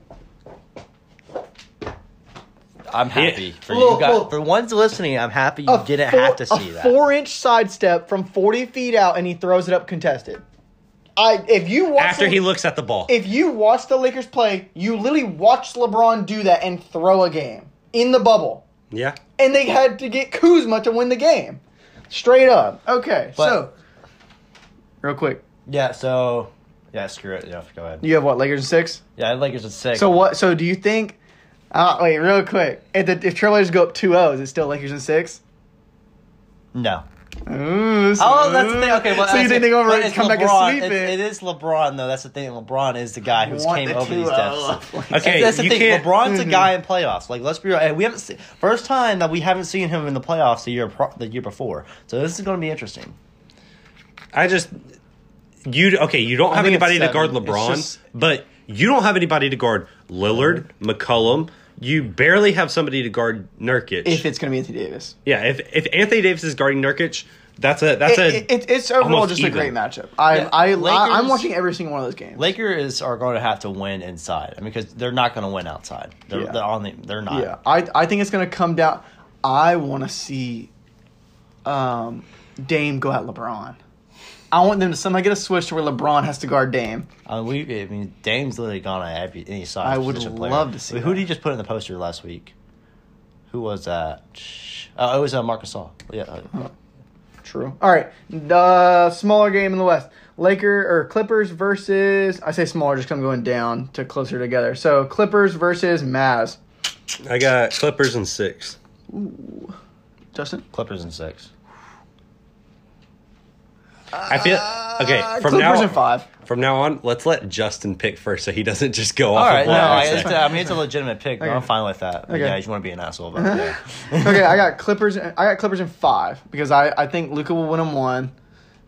[SPEAKER 1] I'm happy for
[SPEAKER 2] Look,
[SPEAKER 1] you guys.
[SPEAKER 2] look.
[SPEAKER 1] For ones listening, I'm happy you didn't
[SPEAKER 2] four-
[SPEAKER 1] have to see
[SPEAKER 2] a
[SPEAKER 1] that.
[SPEAKER 2] four-inch sidestep from 40 feet out, and he throws it up contested. I if you watch
[SPEAKER 3] After
[SPEAKER 2] the-
[SPEAKER 3] he looks at the ball.
[SPEAKER 2] if you watch the Lakers play, you literally watch LeBron do that and throw a game in the bubble,
[SPEAKER 3] yeah.
[SPEAKER 2] and they had to get Kuzma to win the game, straight up. Okay, so real quick.
[SPEAKER 1] Yeah, so yeah, screw it. Yeah, go ahead.
[SPEAKER 2] You have what Lakers and six.
[SPEAKER 1] Yeah, I think it's a six.
[SPEAKER 2] So what? So do you think? Uh, wait, real quick. If the if Trailblazers go up 2-0, is it still Lakers and six?
[SPEAKER 1] no.
[SPEAKER 2] Ooh, so,
[SPEAKER 1] Oh, that's the thing. Okay, well,
[SPEAKER 2] so you
[SPEAKER 1] that's-
[SPEAKER 2] think they go over
[SPEAKER 1] but
[SPEAKER 2] and
[SPEAKER 1] it's
[SPEAKER 2] come back
[SPEAKER 1] LeBron.
[SPEAKER 2] and sweep
[SPEAKER 1] It's- It
[SPEAKER 2] it?
[SPEAKER 1] is LeBron though. That's the thing. LeBron is the guy who's
[SPEAKER 2] Want
[SPEAKER 1] came
[SPEAKER 2] the
[SPEAKER 1] over these
[SPEAKER 2] 2-0.
[SPEAKER 1] steps.
[SPEAKER 3] Okay,
[SPEAKER 1] that's the
[SPEAKER 3] you
[SPEAKER 1] thing.
[SPEAKER 3] can't-
[SPEAKER 1] LeBron's
[SPEAKER 2] Mm-hmm.
[SPEAKER 1] a guy in playoffs. Like, let's be real. And we haven't seen, first time that we haven't seen him in the playoffs the year pro- the year before. So this is going to be interesting.
[SPEAKER 3] I just you okay. You don't have
[SPEAKER 2] think it's
[SPEAKER 3] anybody to guard
[SPEAKER 2] seven. It's
[SPEAKER 3] LeBron,
[SPEAKER 2] just-
[SPEAKER 3] but you don't have anybody to guard Lillard, McCollum. You barely have somebody to guard Nurkic.
[SPEAKER 2] If it's gonna be Anthony Davis,
[SPEAKER 3] yeah, if if Anthony Davis is guarding Nurkic, that's a that's a
[SPEAKER 2] it, it, it's overall
[SPEAKER 3] almost
[SPEAKER 2] just a
[SPEAKER 3] even.
[SPEAKER 2] great matchup. I,
[SPEAKER 1] Yeah,
[SPEAKER 2] I,
[SPEAKER 1] Lakers-
[SPEAKER 2] I I'm watching every single one of those games.
[SPEAKER 1] Lakers are going to have to win inside. I mean, because they're not going to win outside. They're,
[SPEAKER 2] Yeah.
[SPEAKER 1] they're on the. They're not.
[SPEAKER 2] Yeah, I I think it's gonna come down. I want to see, um, Dame go at LeBron. I want them to somehow get a switch to where LeBron has to guard Dame.
[SPEAKER 1] I mean, we, I mean, Dame's literally gone on every any size.
[SPEAKER 2] I would
[SPEAKER 1] position player.
[SPEAKER 2] love to see
[SPEAKER 1] Wait, Who
[SPEAKER 2] that.
[SPEAKER 1] did you just put in the poster last week? Who was that? Shh. Oh, it was uh, Marcus All. Yeah. uh,
[SPEAKER 2] True. All right, uh, smaller game in the West. Laker or Clippers versus I say smaller just 'cause I'm going down to closer together. So Clippers versus Mavs.
[SPEAKER 3] I got Clippers and six.
[SPEAKER 2] Justin.
[SPEAKER 1] Clippers and six.
[SPEAKER 3] I feel okay
[SPEAKER 2] Uh,
[SPEAKER 3] from
[SPEAKER 2] Clippers
[SPEAKER 3] now
[SPEAKER 2] and five.
[SPEAKER 3] from now on. Let's let Justin pick first, so he doesn't just go off.
[SPEAKER 1] All right,
[SPEAKER 3] of
[SPEAKER 1] no,
[SPEAKER 3] what
[SPEAKER 1] I,
[SPEAKER 3] I
[SPEAKER 1] it's,
[SPEAKER 3] said.
[SPEAKER 1] uh, I mean it's a legitimate pick. but I'm
[SPEAKER 2] Okay.
[SPEAKER 1] fine with that. But
[SPEAKER 2] Okay.
[SPEAKER 1] Yeah, you want to be an asshole about it. yeah.
[SPEAKER 2] okay, I got Clippers. I got Clippers in five because I, I think Luca will win them one,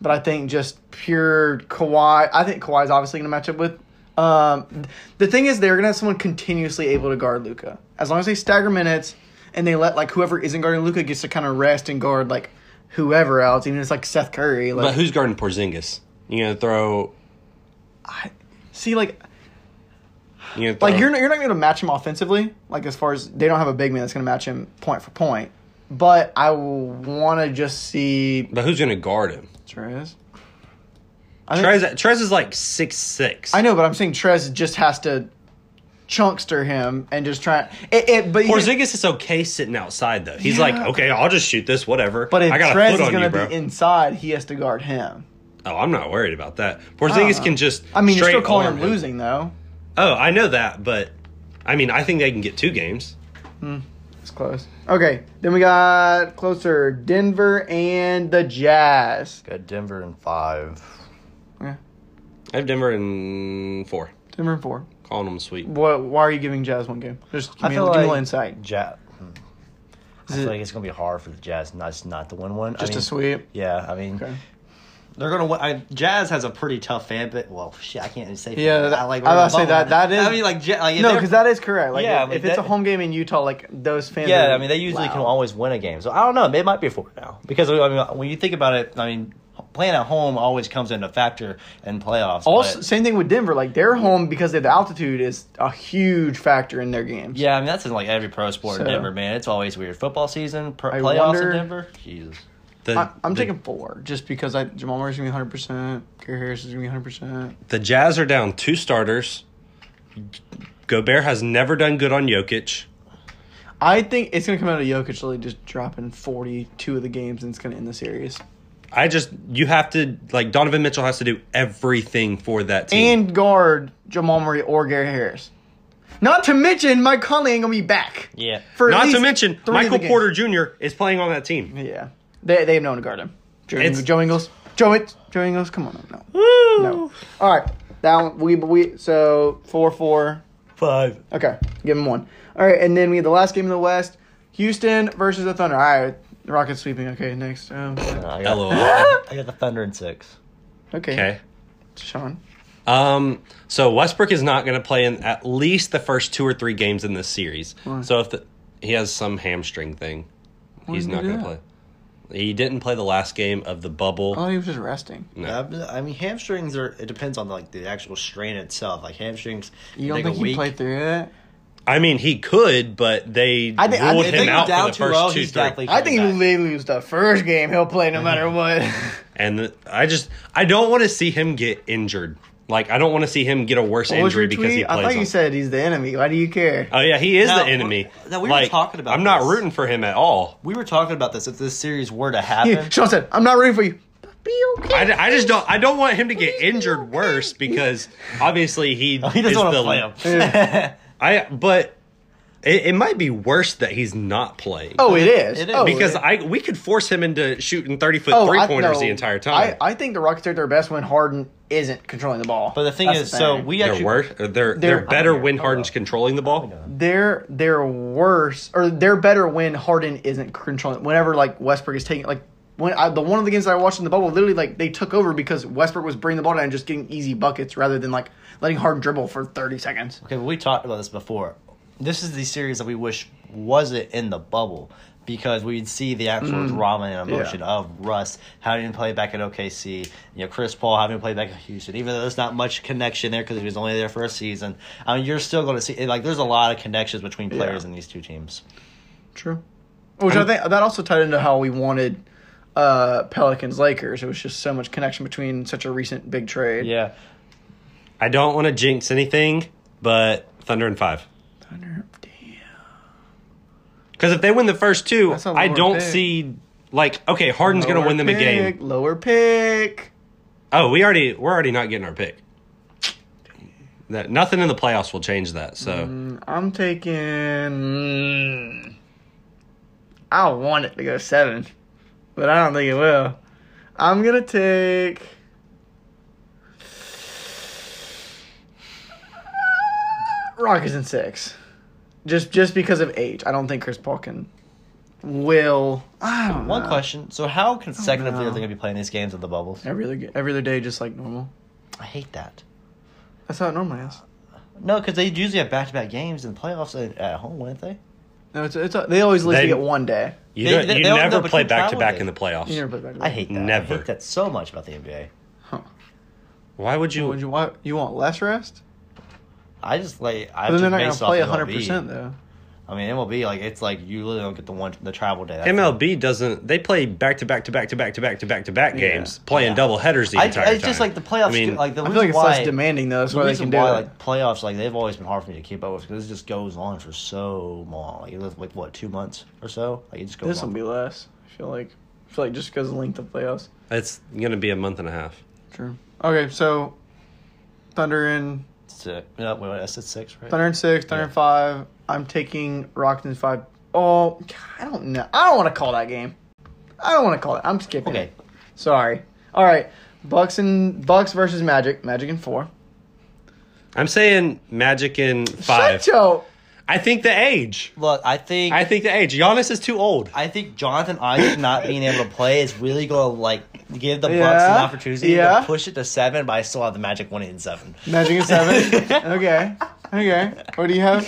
[SPEAKER 2] but I think just pure Kawhi. I think Kawhi's obviously going to match up with. Um, the thing is, they're going to have someone continuously able to guard Luca as long as they stagger minutes and they let like whoever isn't guarding Luca gets to kind of rest and guard like whoever else. Even if it's like Seth Curry. Like,
[SPEAKER 3] But who's guarding Porzingis? You gonna throw?
[SPEAKER 2] see, like
[SPEAKER 3] You gonna throw
[SPEAKER 2] Like you're not, you're not going to match him offensively. Like as far as they don't have a big man that's going to match him point for point. But I want to just see
[SPEAKER 3] But who's gonna guard him?
[SPEAKER 2] Trez. I, think-
[SPEAKER 3] Trez, Trez is like six six.
[SPEAKER 2] I know, but I'm saying Trez just has to chunkster him and just try. It, it, but you-
[SPEAKER 3] Porzingis is okay sitting outside though. He's
[SPEAKER 2] Yeah.
[SPEAKER 3] like, okay, I'll just shoot this, whatever.
[SPEAKER 2] but if
[SPEAKER 3] I got
[SPEAKER 2] Trez
[SPEAKER 3] a foot
[SPEAKER 2] is
[SPEAKER 3] on you,
[SPEAKER 2] going
[SPEAKER 3] bro.
[SPEAKER 2] to be inside, he has to guard him.
[SPEAKER 3] oh, I'm not worried about that. Porzingis can just.
[SPEAKER 2] Uh, I mean, you're
[SPEAKER 3] straight
[SPEAKER 2] still calling
[SPEAKER 3] arm
[SPEAKER 2] him losing though.
[SPEAKER 3] Oh, I know that, but I mean, I think they can get two games.
[SPEAKER 2] It's close. Okay, then we got closer Denver and the Jazz.
[SPEAKER 1] Got Denver and five.
[SPEAKER 2] Yeah,
[SPEAKER 3] I have Denver in four.
[SPEAKER 2] Denver and four.
[SPEAKER 3] Calling them sweet.
[SPEAKER 2] What? Why are you giving Jazz one game? Just give
[SPEAKER 1] I
[SPEAKER 2] me,
[SPEAKER 1] feel
[SPEAKER 2] give me a little
[SPEAKER 1] like-
[SPEAKER 2] insight.
[SPEAKER 1] Jet. hmm. I
[SPEAKER 2] Is
[SPEAKER 1] feel
[SPEAKER 2] it-
[SPEAKER 1] like it's gonna be hard for the Jazz not not to win one. I
[SPEAKER 2] Just
[SPEAKER 1] mean,
[SPEAKER 2] a sweep.
[SPEAKER 1] Yeah, I mean
[SPEAKER 2] Okay.
[SPEAKER 1] they're gonna. win. I, Jazz has a pretty tough fan, but well, shit, I can't even say.
[SPEAKER 2] Yeah,
[SPEAKER 1] fan,
[SPEAKER 2] that-
[SPEAKER 1] I like. we're
[SPEAKER 2] I was about to
[SPEAKER 1] in a
[SPEAKER 2] say that-
[SPEAKER 1] bubble.
[SPEAKER 2] that is-
[SPEAKER 1] I mean, like, ja- like
[SPEAKER 2] no,
[SPEAKER 1] they're-
[SPEAKER 2] because that is correct. Like,
[SPEAKER 1] Yeah,
[SPEAKER 2] if,
[SPEAKER 1] like
[SPEAKER 2] if it's
[SPEAKER 1] that-
[SPEAKER 2] a home game in Utah, like those fans.
[SPEAKER 1] Yeah,
[SPEAKER 2] are-
[SPEAKER 1] I mean, they usually
[SPEAKER 2] wow.
[SPEAKER 1] can always win a game. So I don't know. They might be a four now because I mean, when you think about it, I mean, playing at home always comes into factor in playoffs.
[SPEAKER 2] Also,
[SPEAKER 1] but-
[SPEAKER 2] same thing with Denver. Like their home because of the altitude is a huge factor in their games.
[SPEAKER 1] yeah, I mean that's in like every pro sport in
[SPEAKER 2] So-
[SPEAKER 1] Denver, man. It's always weird. Football season, pr-
[SPEAKER 2] I
[SPEAKER 1] playoffs
[SPEAKER 2] wonder-
[SPEAKER 1] in Denver. Jesus.
[SPEAKER 3] The,
[SPEAKER 2] I, I'm
[SPEAKER 3] the,
[SPEAKER 2] taking four just because I Jamal Murray's gonna be 100. percent Gary Harris is gonna be 100. percent
[SPEAKER 3] the Jazz are down two starters. Gobert has never done good on Jokic.
[SPEAKER 2] I think it's gonna come out of Jokic really just dropping 42 of the games and it's gonna end the series.
[SPEAKER 3] I just you have to like Donovan Mitchell has to do everything for that team.
[SPEAKER 2] And guard Jamal Murray or Gary Harris. Not to mention, Mike Conley ain't gonna be back.
[SPEAKER 1] Yeah.
[SPEAKER 2] For at
[SPEAKER 3] Not to
[SPEAKER 2] least
[SPEAKER 3] mention
[SPEAKER 2] three of the
[SPEAKER 3] Michael
[SPEAKER 2] games.
[SPEAKER 3] Porter Jr. is playing on that team.
[SPEAKER 2] Yeah, they they have no one to guard him. Joe,
[SPEAKER 3] It's-
[SPEAKER 2] Joe Ingles, Joe Ing- Joe Ingles, come on, no, no. All right, that one we we so four four.
[SPEAKER 1] Five.
[SPEAKER 2] Okay, give him one. All right, and then we have the last game in the West: Houston versus the Thunder. All right, the Rockets sweeping. Okay, next. Um,
[SPEAKER 1] I got,
[SPEAKER 3] LOL.
[SPEAKER 1] I got the Thunder in six.
[SPEAKER 2] okay,
[SPEAKER 3] Okay.
[SPEAKER 2] Sean.
[SPEAKER 3] Um, so Westbrook is not going to play in at least the first two or three games in this series. So if the, he has some hamstring thing, he's
[SPEAKER 2] did
[SPEAKER 3] not
[SPEAKER 2] he
[SPEAKER 3] going
[SPEAKER 2] do
[SPEAKER 3] to play. He didn't play the last game of the bubble.
[SPEAKER 2] Oh, he was just resting.
[SPEAKER 3] No.
[SPEAKER 1] Yeah, I mean hamstrings are. It depends on like the actual strain itself. Like hamstrings.
[SPEAKER 2] You don't
[SPEAKER 1] take a
[SPEAKER 2] think he
[SPEAKER 1] week.
[SPEAKER 2] played through it?
[SPEAKER 3] I mean, he could, but they
[SPEAKER 2] I think- I
[SPEAKER 3] ruled
[SPEAKER 2] think-
[SPEAKER 1] If
[SPEAKER 3] him
[SPEAKER 1] they go
[SPEAKER 3] out
[SPEAKER 1] down
[SPEAKER 3] for the first
[SPEAKER 1] 2-0,
[SPEAKER 3] two,
[SPEAKER 1] he's
[SPEAKER 3] three.
[SPEAKER 1] definitely
[SPEAKER 2] I think
[SPEAKER 1] coming
[SPEAKER 2] if
[SPEAKER 1] back.
[SPEAKER 2] they lose the first game, he'll play no matter what.
[SPEAKER 3] And the, I just I don't want to see him get injured. Like I don't want to see him get a worse
[SPEAKER 2] What was
[SPEAKER 3] injury
[SPEAKER 2] your
[SPEAKER 3] because he
[SPEAKER 2] tweet? I
[SPEAKER 3] plays.
[SPEAKER 2] thought you
[SPEAKER 3] on-
[SPEAKER 2] said he's the enemy. Why do you care?
[SPEAKER 3] oh yeah, he is
[SPEAKER 1] No,
[SPEAKER 3] the
[SPEAKER 1] we-
[SPEAKER 3] enemy.
[SPEAKER 1] no, we were talking about
[SPEAKER 3] I'm not
[SPEAKER 1] this.
[SPEAKER 3] rooting for him at all.
[SPEAKER 1] We were talking about this. If this series were to
[SPEAKER 2] He-
[SPEAKER 3] Uh,
[SPEAKER 1] happen,
[SPEAKER 2] Sean said, "I'm not rooting for you." Be okay.
[SPEAKER 3] I, I just don't. I don't want him to get injured worse because obviously
[SPEAKER 1] He
[SPEAKER 3] he is
[SPEAKER 1] doesn't want
[SPEAKER 3] the-
[SPEAKER 1] to play him.
[SPEAKER 3] I but it, it might be worse that he's not playing.
[SPEAKER 2] oh, it is.
[SPEAKER 1] It is.
[SPEAKER 2] Oh,
[SPEAKER 3] because
[SPEAKER 2] it-
[SPEAKER 3] I we could force him into shooting thirty foot
[SPEAKER 2] oh,
[SPEAKER 3] three
[SPEAKER 2] I-
[SPEAKER 3] pointers
[SPEAKER 2] no.
[SPEAKER 3] the entire time.
[SPEAKER 2] I, I think the Rockets are at their best when Harden isn't controlling the ball.
[SPEAKER 1] but the thing
[SPEAKER 2] That's
[SPEAKER 1] is, so
[SPEAKER 2] thing.
[SPEAKER 1] we
[SPEAKER 3] they're
[SPEAKER 1] actually
[SPEAKER 3] worse. They're they're,
[SPEAKER 2] They're-
[SPEAKER 3] better when Harden's controlling the ball.
[SPEAKER 2] they're they're worse or they're better when Harden isn't controlling. Whenever like Westbrook is taking like when I, the one of the games that I watched in the bubble, literally like they took over because Westbrook was bringing the ball down and just getting easy buckets rather than like letting Harden dribble for thirty seconds.
[SPEAKER 1] Okay, but we talked about this before. This is the series that we wish wasn't in the bubble because we'd see the actual
[SPEAKER 2] Mm.
[SPEAKER 1] drama and emotion of Russ having to play back at OKC, you know, Chris Paul having to play back at Houston, even though there's not much connection there because he was only there for a season. I mean, you're still going to see, like, there's a lot of connections between players in these two teams.
[SPEAKER 2] True. Which I think that also tied into how we wanted uh, Pelicans Lakers. It was just so much connection between such a recent big trade.
[SPEAKER 1] Yeah.
[SPEAKER 3] I don't want to jinx anything, but Thunder and five.
[SPEAKER 2] Thunder, damn.
[SPEAKER 3] Because if they win the first two,
[SPEAKER 2] That's a
[SPEAKER 3] I
[SPEAKER 2] lower
[SPEAKER 3] don't
[SPEAKER 2] pick.
[SPEAKER 3] see like okay, Harden's going to
[SPEAKER 2] Lower
[SPEAKER 3] win them a game.
[SPEAKER 2] pick, Lower pick.
[SPEAKER 3] Oh, we already we're already not getting our pick. That nothing in the playoffs will change that. So
[SPEAKER 2] I'm taking. mm, I want it to go seven, but I don't think it will. I'm gonna take. Rockets in six, just just because of age. I don't think Chris Paul can. Will I don't
[SPEAKER 1] One
[SPEAKER 2] know.
[SPEAKER 1] question. So, how consecutively
[SPEAKER 2] know.
[SPEAKER 1] are they going to be playing these games in the bubbles?
[SPEAKER 2] every other ga- every other day, just like normal.
[SPEAKER 1] I hate that.
[SPEAKER 2] That's how it normally is.
[SPEAKER 1] No, because they usually have back to back games in the playoffs at at home, wouldn't they?
[SPEAKER 2] No, it's, it's they always at least
[SPEAKER 3] They-
[SPEAKER 2] get one day.
[SPEAKER 3] you
[SPEAKER 1] They-
[SPEAKER 3] don't-
[SPEAKER 1] they-
[SPEAKER 3] you
[SPEAKER 1] they all-
[SPEAKER 3] never
[SPEAKER 1] no, but
[SPEAKER 3] play
[SPEAKER 1] you
[SPEAKER 3] back to back
[SPEAKER 1] validate.
[SPEAKER 3] in the playoffs.
[SPEAKER 2] You never put it back.
[SPEAKER 1] I hate that. I
[SPEAKER 3] Never.
[SPEAKER 1] hate that so much about the NBA.
[SPEAKER 2] Huh.
[SPEAKER 3] Why would you?
[SPEAKER 2] Would you want you want less rest?
[SPEAKER 1] I just like I
[SPEAKER 2] But
[SPEAKER 1] just
[SPEAKER 2] then they're not
[SPEAKER 1] based
[SPEAKER 2] gonna
[SPEAKER 1] off
[SPEAKER 2] play
[SPEAKER 1] MLB.
[SPEAKER 2] hundred percent though.
[SPEAKER 1] I mean MLB like it's like you literally don't get the one the travel day. That's it.
[SPEAKER 3] MLB doesn't. They play back to back to back to back to back to back to back
[SPEAKER 2] Yeah.
[SPEAKER 3] games, playing
[SPEAKER 1] Yeah.
[SPEAKER 3] double headers the
[SPEAKER 1] I,
[SPEAKER 3] entire time.
[SPEAKER 1] it's just like the playoffs.
[SPEAKER 3] I mean,
[SPEAKER 1] like the
[SPEAKER 2] I feel
[SPEAKER 1] reason
[SPEAKER 2] like it's
[SPEAKER 1] why
[SPEAKER 2] less demanding though. That's
[SPEAKER 1] The
[SPEAKER 2] why they
[SPEAKER 1] reason
[SPEAKER 2] can do
[SPEAKER 1] why
[SPEAKER 2] it.
[SPEAKER 1] like playoffs like they've always been hard for me to keep up with because it just goes on for so long. Like, it was, like what two months or so? Like it just goes.
[SPEAKER 2] this
[SPEAKER 1] on.
[SPEAKER 2] will be less. I feel like I feel like just because of the length of playoffs.
[SPEAKER 3] it's gonna be a month and a half.
[SPEAKER 2] True. Okay, so Thunder in
[SPEAKER 1] six. No, wait, wait, I said six, right?
[SPEAKER 2] Thunder in six, Thunder in five. I'm taking Rockets in five. Oh, God, I don't know. I don't want to call that game. I don't want to call it. I'm skipping
[SPEAKER 1] Okay.
[SPEAKER 2] it. Sorry. All right, Bucks and Bucks versus Magic. Magic in four.
[SPEAKER 3] I'm saying Magic in five.
[SPEAKER 2] Shut your-
[SPEAKER 3] I think the age.
[SPEAKER 1] Look, I think
[SPEAKER 3] I think the age. Giannis is too old.
[SPEAKER 1] I think Jonathan Isaac not being able to play is really going to like give the Bucks
[SPEAKER 2] Yeah,
[SPEAKER 1] an opportunity
[SPEAKER 2] yeah.
[SPEAKER 1] to push it to seven, but I still have the Magic winning in seven.
[SPEAKER 2] Magic in seven. okay. Okay. What do you have?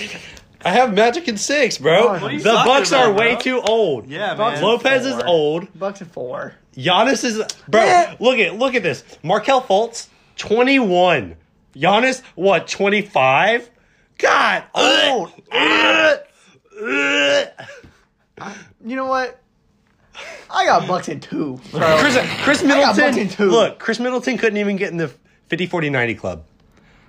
[SPEAKER 3] I have Magic in six, bro.
[SPEAKER 2] What are
[SPEAKER 1] you
[SPEAKER 3] the
[SPEAKER 1] talking
[SPEAKER 3] Bucks are
[SPEAKER 1] about,
[SPEAKER 3] way
[SPEAKER 1] bro?
[SPEAKER 3] too old.
[SPEAKER 1] Yeah,
[SPEAKER 2] Bucks man.
[SPEAKER 3] Lopez is
[SPEAKER 1] Four.
[SPEAKER 3] old.
[SPEAKER 2] Bucks in four.
[SPEAKER 3] Giannis is bro.
[SPEAKER 2] Yeah.
[SPEAKER 3] Look at look at this. Markel Fultz, twenty one. Giannis, what twenty five? God, old. Ugh. Ugh.
[SPEAKER 2] You know what? I got Bucks in two.
[SPEAKER 3] Chris, Chris
[SPEAKER 2] got Bucks in
[SPEAKER 3] Middleton.
[SPEAKER 2] two.
[SPEAKER 3] Look, Chris Middleton couldn't even get in the 50 40 90 club.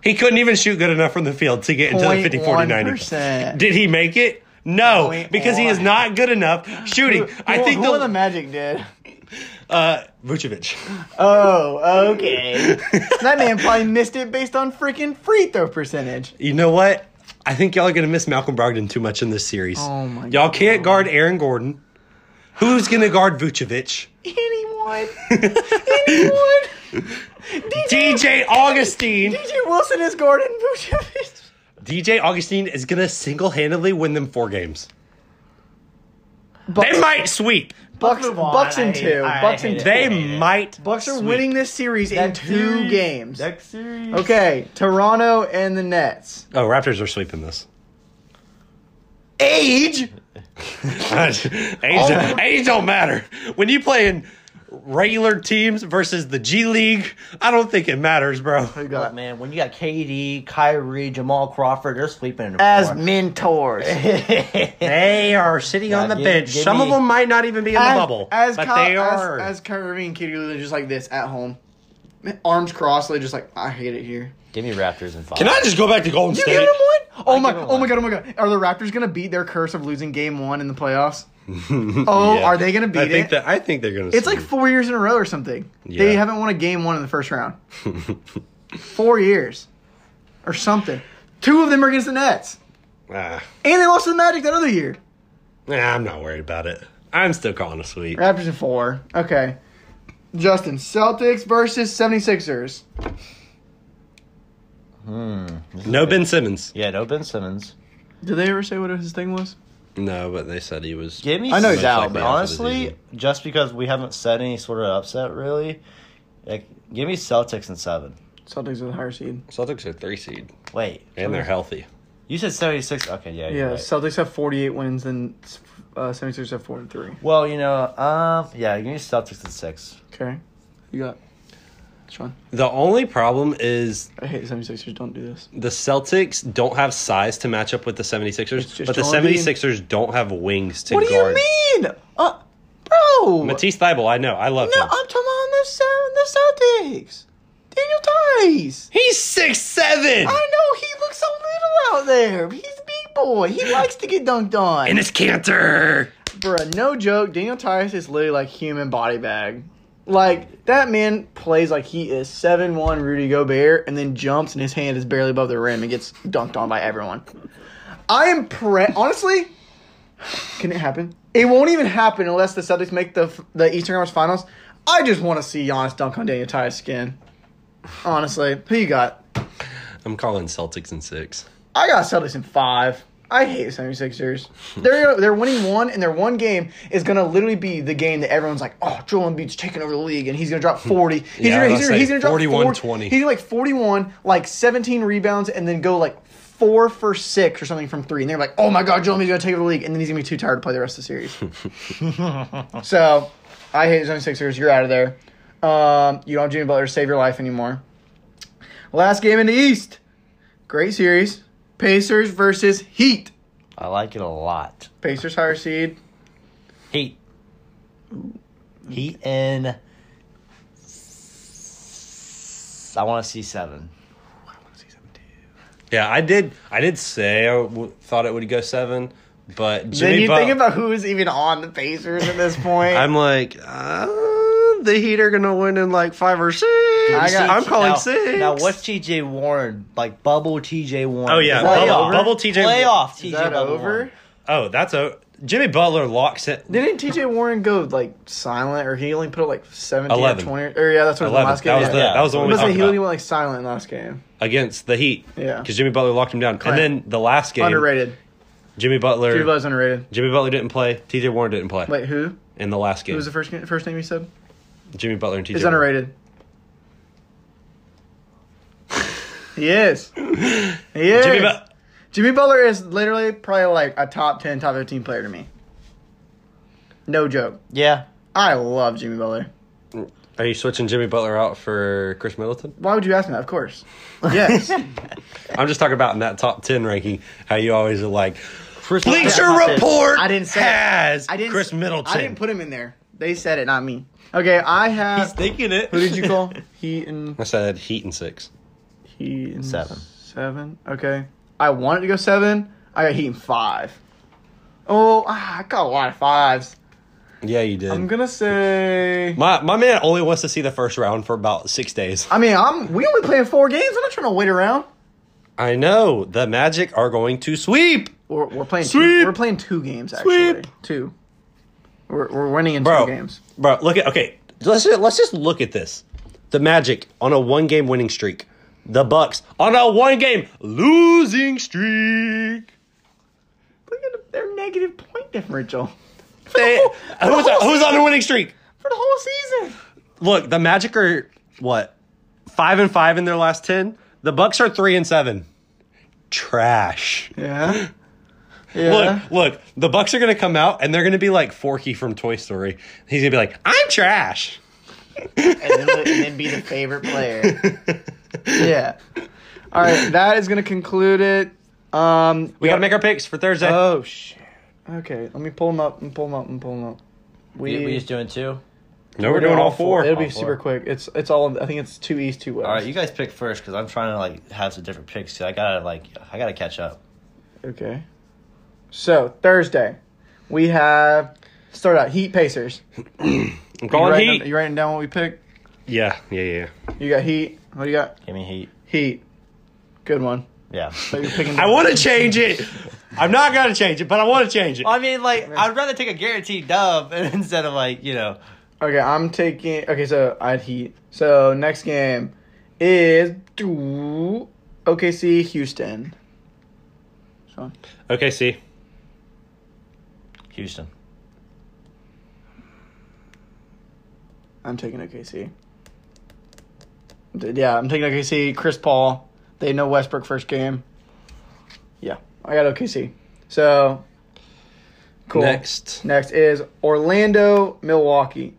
[SPEAKER 3] He couldn't even shoot good enough from the field to get into the 50 40 90 club.
[SPEAKER 2] 0.1%.
[SPEAKER 3] Did he make it? No,
[SPEAKER 2] Point
[SPEAKER 3] because he is
[SPEAKER 2] one.
[SPEAKER 3] not good enough shooting. I
[SPEAKER 2] Who-
[SPEAKER 3] think
[SPEAKER 2] who
[SPEAKER 3] the,
[SPEAKER 2] on the Magic did.
[SPEAKER 3] uh, Vucevic.
[SPEAKER 2] Oh, okay. that man probably missed it based on freaking free throw percentage.
[SPEAKER 3] You know what? I think y'all are gonna miss Malcolm Brogdon too much in this series.
[SPEAKER 2] Oh my
[SPEAKER 3] Y'all can't guard Aaron Gordon. Who's gonna guard Vucevic?
[SPEAKER 2] Anyone? Anyone?
[SPEAKER 3] DJ Augustine.
[SPEAKER 2] DJ Wilson is Gordon Vucevic.
[SPEAKER 3] DJ Augustine is gonna single-handedly win them four games.
[SPEAKER 2] Bucks,
[SPEAKER 3] They might sweep.
[SPEAKER 2] Bucks,
[SPEAKER 1] Move on.
[SPEAKER 2] Bucks
[SPEAKER 1] I
[SPEAKER 2] in
[SPEAKER 1] hate-
[SPEAKER 2] two.
[SPEAKER 1] I
[SPEAKER 2] Bucks in
[SPEAKER 1] hate
[SPEAKER 2] two.
[SPEAKER 1] it.
[SPEAKER 3] They
[SPEAKER 1] Yeah.
[SPEAKER 3] might.
[SPEAKER 2] Bucks are
[SPEAKER 3] sweep.
[SPEAKER 2] winning this series in two games.
[SPEAKER 1] Next series.
[SPEAKER 2] Okay, Toronto and the Nets.
[SPEAKER 3] Oh, Raptors are sweeping this.
[SPEAKER 2] Age?
[SPEAKER 3] age, age don't matter. When you playing regular teams versus the G League, I don't think it matters, bro.
[SPEAKER 2] Who
[SPEAKER 1] Look,
[SPEAKER 2] got
[SPEAKER 1] man, when you got KD, Kyrie, Jamal Crawford, they're sleeping in the
[SPEAKER 2] As
[SPEAKER 1] floor.
[SPEAKER 2] mentors.
[SPEAKER 3] They are sitting on
[SPEAKER 1] Yeah,
[SPEAKER 3] the
[SPEAKER 1] give-
[SPEAKER 3] bench.
[SPEAKER 1] give
[SPEAKER 3] Some
[SPEAKER 1] me-
[SPEAKER 3] of them might not even be in the
[SPEAKER 2] as,
[SPEAKER 3] bubble,
[SPEAKER 2] As
[SPEAKER 3] but
[SPEAKER 2] Ky-
[SPEAKER 3] they are.
[SPEAKER 2] As, as Kyrie and Katie Lillard just like this at home, arms crossed, they just like I hate it here.
[SPEAKER 1] Give me Raptors in five.
[SPEAKER 3] Can I just go back to Golden
[SPEAKER 2] You
[SPEAKER 3] State?
[SPEAKER 2] give them one? Oh my!
[SPEAKER 1] give him
[SPEAKER 2] Oh my
[SPEAKER 1] one.
[SPEAKER 2] god! Oh my god! Are the Raptors gonna beat their curse of losing Game One in the playoffs? Oh,
[SPEAKER 3] Yeah.
[SPEAKER 2] are they going to beat
[SPEAKER 3] I think
[SPEAKER 2] it?
[SPEAKER 3] that I think they're gonna.
[SPEAKER 2] it's like
[SPEAKER 3] sweep.
[SPEAKER 2] four years in a row or something. They
[SPEAKER 3] Yeah.
[SPEAKER 2] haven't won a game one in the first round. four years or something. Two of them are against the Nets.
[SPEAKER 3] Ah,
[SPEAKER 2] And they lost to the Magic that other year.
[SPEAKER 3] nah, I'm not worried about it. I'm still calling a sweep.
[SPEAKER 2] Raptors in four. Okay. Justin, Celtics versus 76ers.
[SPEAKER 3] No Ben Simmons.
[SPEAKER 1] Yeah, no Ben Simmons.
[SPEAKER 2] Did they ever say what his thing was?
[SPEAKER 3] No, but they said he was.
[SPEAKER 1] Give me
[SPEAKER 2] I know
[SPEAKER 1] Simmons
[SPEAKER 2] he's
[SPEAKER 3] out,
[SPEAKER 1] out, but
[SPEAKER 3] but out for the
[SPEAKER 1] honestly,
[SPEAKER 3] season.
[SPEAKER 1] just because we haven't said any sort of upset really, like give me Celtics in seven.
[SPEAKER 2] Celtics are the higher seed.
[SPEAKER 3] Celtics are three seed
[SPEAKER 1] Wait,
[SPEAKER 3] and they're healthy.
[SPEAKER 1] you said seventy six. Okay, yeah,
[SPEAKER 2] Yeah,
[SPEAKER 1] yeah. Right.
[SPEAKER 2] Celtics have 48 wins, and uh, 76ers have 4 and 3.
[SPEAKER 1] Well, you know, um, yeah, give me Celtics in six.
[SPEAKER 2] Okay. You got Sean.
[SPEAKER 3] The only problem is
[SPEAKER 2] I hate 76ers. Don't do this.
[SPEAKER 3] the Celtics don't have size to match up with the
[SPEAKER 2] It's
[SPEAKER 3] 76ers,
[SPEAKER 2] just
[SPEAKER 3] but the
[SPEAKER 2] Joel Embiid.
[SPEAKER 3] 76ers don't have wings to
[SPEAKER 2] What do
[SPEAKER 3] guard.
[SPEAKER 2] you mean? Uh, bro.
[SPEAKER 3] Matisse Thybulle, I know, I love
[SPEAKER 2] no,
[SPEAKER 3] him.
[SPEAKER 2] I'm talking about the, Cel- the Celtics. Daniel Tice.
[SPEAKER 3] He's six seven,
[SPEAKER 2] I know he looks so little out there. He's a big boy. He likes to get dunked on.
[SPEAKER 3] and it's Cantor.
[SPEAKER 2] Bruh, no joke. Daniel Tice is literally like human body bag. Like that man plays like he is seven one Rudy Gobert, and then jumps and his hand is barely above the rim and gets dunked on by everyone. I am pre. Honestly, can it happen? It won't even happen unless the Celtics make the the Eastern Conference Finals. I just want to see Giannis dunk on Daniel Tice again. Honestly, who you got?
[SPEAKER 3] I'm calling Celtics in six.
[SPEAKER 2] I got Celtics in five. I hate 76ers. They're they're winning one, and their one game is gonna literally be the game that everyone's like, oh, Joel Embiid's taking over the league, and he's gonna drop 40. He's
[SPEAKER 3] Hmm. Yeah, I
[SPEAKER 2] gonna,
[SPEAKER 3] was
[SPEAKER 2] he's gonna,
[SPEAKER 3] gonna
[SPEAKER 2] he's
[SPEAKER 3] say
[SPEAKER 2] gonna drop
[SPEAKER 3] 41,
[SPEAKER 2] 40
[SPEAKER 3] 20.
[SPEAKER 2] He's gonna like 41, like 17 rebounds, and then go like four for six or something from three. And they're like, oh my god, Joel Embiid's gonna take over the league, and then he's gonna be too tired to play the rest of the series. so, I hate 76ers. You're out of there. Um, you don't have Jimmy Butler to save your life anymore. Last game in the East. Great series. Pacers versus Heat.
[SPEAKER 1] I like it a lot.
[SPEAKER 2] Pacers higher seed.
[SPEAKER 1] Heat. Heat in. s- I want to see seven.
[SPEAKER 3] Yeah, I did. I did say I w- thought it would go seven, but Jimmy
[SPEAKER 2] then you
[SPEAKER 3] Butler-
[SPEAKER 2] think about who is even on the Pacers at this point.
[SPEAKER 3] I'm like, uh, the Heat are gonna win in like five or six. I
[SPEAKER 2] got-
[SPEAKER 3] am calling
[SPEAKER 1] now,
[SPEAKER 3] six.
[SPEAKER 1] Now what's TJ Warren like? Bubble TJ Warren.
[SPEAKER 3] Oh, yeah,
[SPEAKER 1] Is
[SPEAKER 2] bubble-
[SPEAKER 1] that over?
[SPEAKER 3] bubble TJ
[SPEAKER 1] playoff
[SPEAKER 2] is
[SPEAKER 1] TJ
[SPEAKER 2] that
[SPEAKER 1] Bubble
[SPEAKER 2] over?
[SPEAKER 1] Warren.
[SPEAKER 3] Oh, that's a Jimmy Butler locks it.
[SPEAKER 2] Didn't TJ Warren go like silent, or he only put up like seventeen
[SPEAKER 3] Eleven.
[SPEAKER 2] or twenty? Or yeah, that's what it was the
[SPEAKER 3] 11.
[SPEAKER 2] last game.
[SPEAKER 3] That was
[SPEAKER 2] yeah.
[SPEAKER 3] the
[SPEAKER 1] yeah.
[SPEAKER 3] that was the
[SPEAKER 2] I
[SPEAKER 3] one
[SPEAKER 2] was
[SPEAKER 3] we
[SPEAKER 2] gonna say,
[SPEAKER 3] talked
[SPEAKER 2] he only
[SPEAKER 3] about
[SPEAKER 2] went like silent in the last game.
[SPEAKER 3] against the Heat.
[SPEAKER 2] Yeah.
[SPEAKER 3] because Jimmy Butler locked him down,
[SPEAKER 2] Correct.
[SPEAKER 3] and then the last game,
[SPEAKER 2] Underrated.
[SPEAKER 3] Jimmy Butler.
[SPEAKER 2] Jimmy Butler's underrated.
[SPEAKER 3] Jimmy Butler didn't play. T.J. Warren didn't play
[SPEAKER 2] Wait, who?
[SPEAKER 3] in the last
[SPEAKER 2] Who
[SPEAKER 3] game.
[SPEAKER 2] was the first game, first name you said?
[SPEAKER 3] Jimmy Butler and T.J.
[SPEAKER 2] He's
[SPEAKER 3] Warren.
[SPEAKER 2] underrated. he is. He is.
[SPEAKER 3] Jimmy
[SPEAKER 2] Jimmy,
[SPEAKER 3] Butler.
[SPEAKER 2] Butler is literally probably like a top ten, top fifteen player to me. No joke.
[SPEAKER 1] Yeah.
[SPEAKER 2] I love Jimmy Butler.
[SPEAKER 3] Are you switching Jimmy Butler out for Chris Middleton?
[SPEAKER 2] Why would you ask me that? Of course. Yes.
[SPEAKER 3] I'm just talking about in that top ten ranking how you always are like.
[SPEAKER 1] Chris
[SPEAKER 3] Bleacher
[SPEAKER 1] Middleton.
[SPEAKER 3] Report
[SPEAKER 2] I didn't say it.
[SPEAKER 3] has
[SPEAKER 2] I didn't
[SPEAKER 3] Chris Middleton.
[SPEAKER 2] I didn't put him in there. They said it, not me. Okay, I have
[SPEAKER 3] He's thinking it.
[SPEAKER 2] Who did you call? He and
[SPEAKER 3] I said Heat and six.
[SPEAKER 2] he and
[SPEAKER 1] Seven.
[SPEAKER 2] Seven. Okay. I wanted to go seven. I got Heat in five. Oh, ah, I got a lot of fives.
[SPEAKER 3] Yeah, you did.
[SPEAKER 2] I'm gonna say.
[SPEAKER 3] my my man only wants to see the first round for about six days.
[SPEAKER 2] I mean, I'm. We only playing four games. I'm not trying to wait around.
[SPEAKER 3] I know the Magic are going to sweep,
[SPEAKER 2] We're, we're playing.
[SPEAKER 3] Sweep.
[SPEAKER 2] Two, we're playing two games actually.
[SPEAKER 3] Sweep.
[SPEAKER 2] Two. We're, we're winning in
[SPEAKER 3] bro.
[SPEAKER 2] two games.
[SPEAKER 3] Bro, look at okay. Let's just, let's just look at this. The Magic on a one game winning streak. The Bucks on a one game losing streak.
[SPEAKER 2] Look at their negative point differential
[SPEAKER 3] They, who's, who's on a winning streak?
[SPEAKER 2] for the whole season.
[SPEAKER 3] Look, the Magic are what five and five in their last ten. The Bucks are three and seven. Trash.
[SPEAKER 2] Yeah. Yeah.
[SPEAKER 3] Look, look, the Bucks are gonna come out and they're gonna be like Forky from Toy Story. He's gonna be like, I'm trash.
[SPEAKER 2] and then, look- and then be the favorite player. yeah. All right, that is going to conclude it. Um,
[SPEAKER 3] We gotta make our picks for Thursday.
[SPEAKER 2] oh shit. Okay, let me pull them up and pull them up and pull them up. We,
[SPEAKER 1] We, we just doing two.
[SPEAKER 3] no, we're, doing all four.
[SPEAKER 2] It'll be
[SPEAKER 1] All four.
[SPEAKER 2] super quick. It's it's all. I think it's two east, two west.
[SPEAKER 1] All right, you guys pick first because I'm trying to like have some different picks. too. I gotta like I gotta catch up.
[SPEAKER 2] Okay. So Thursday, We have start out Heat Pacers.
[SPEAKER 3] I'm
[SPEAKER 2] You
[SPEAKER 3] calling
[SPEAKER 2] writing,
[SPEAKER 3] Heat.
[SPEAKER 2] you writing down what we picked?
[SPEAKER 3] yeah, yeah, yeah.
[SPEAKER 2] You got Heat. What do you got?
[SPEAKER 1] Give me heat.
[SPEAKER 2] Heat. Good one.
[SPEAKER 1] Yeah.
[SPEAKER 2] So you're picking.
[SPEAKER 3] I want to change it. I'm not gonna change it, but I want to change it.
[SPEAKER 1] I mean, like, I'd rather take a guaranteed dub instead of like, you know,
[SPEAKER 2] Okay, I'm taking. Okay, so I had Heat. So next game is do- OKC Houston. So
[SPEAKER 3] Okay, see.
[SPEAKER 1] Houston.
[SPEAKER 2] I'm taking OKC. D- Yeah, I'm taking OKC. Chris Paul. They know Westbrook first game. Yeah, I got OKC. So cool.
[SPEAKER 3] Next,
[SPEAKER 2] Next is Orlando Milwaukee.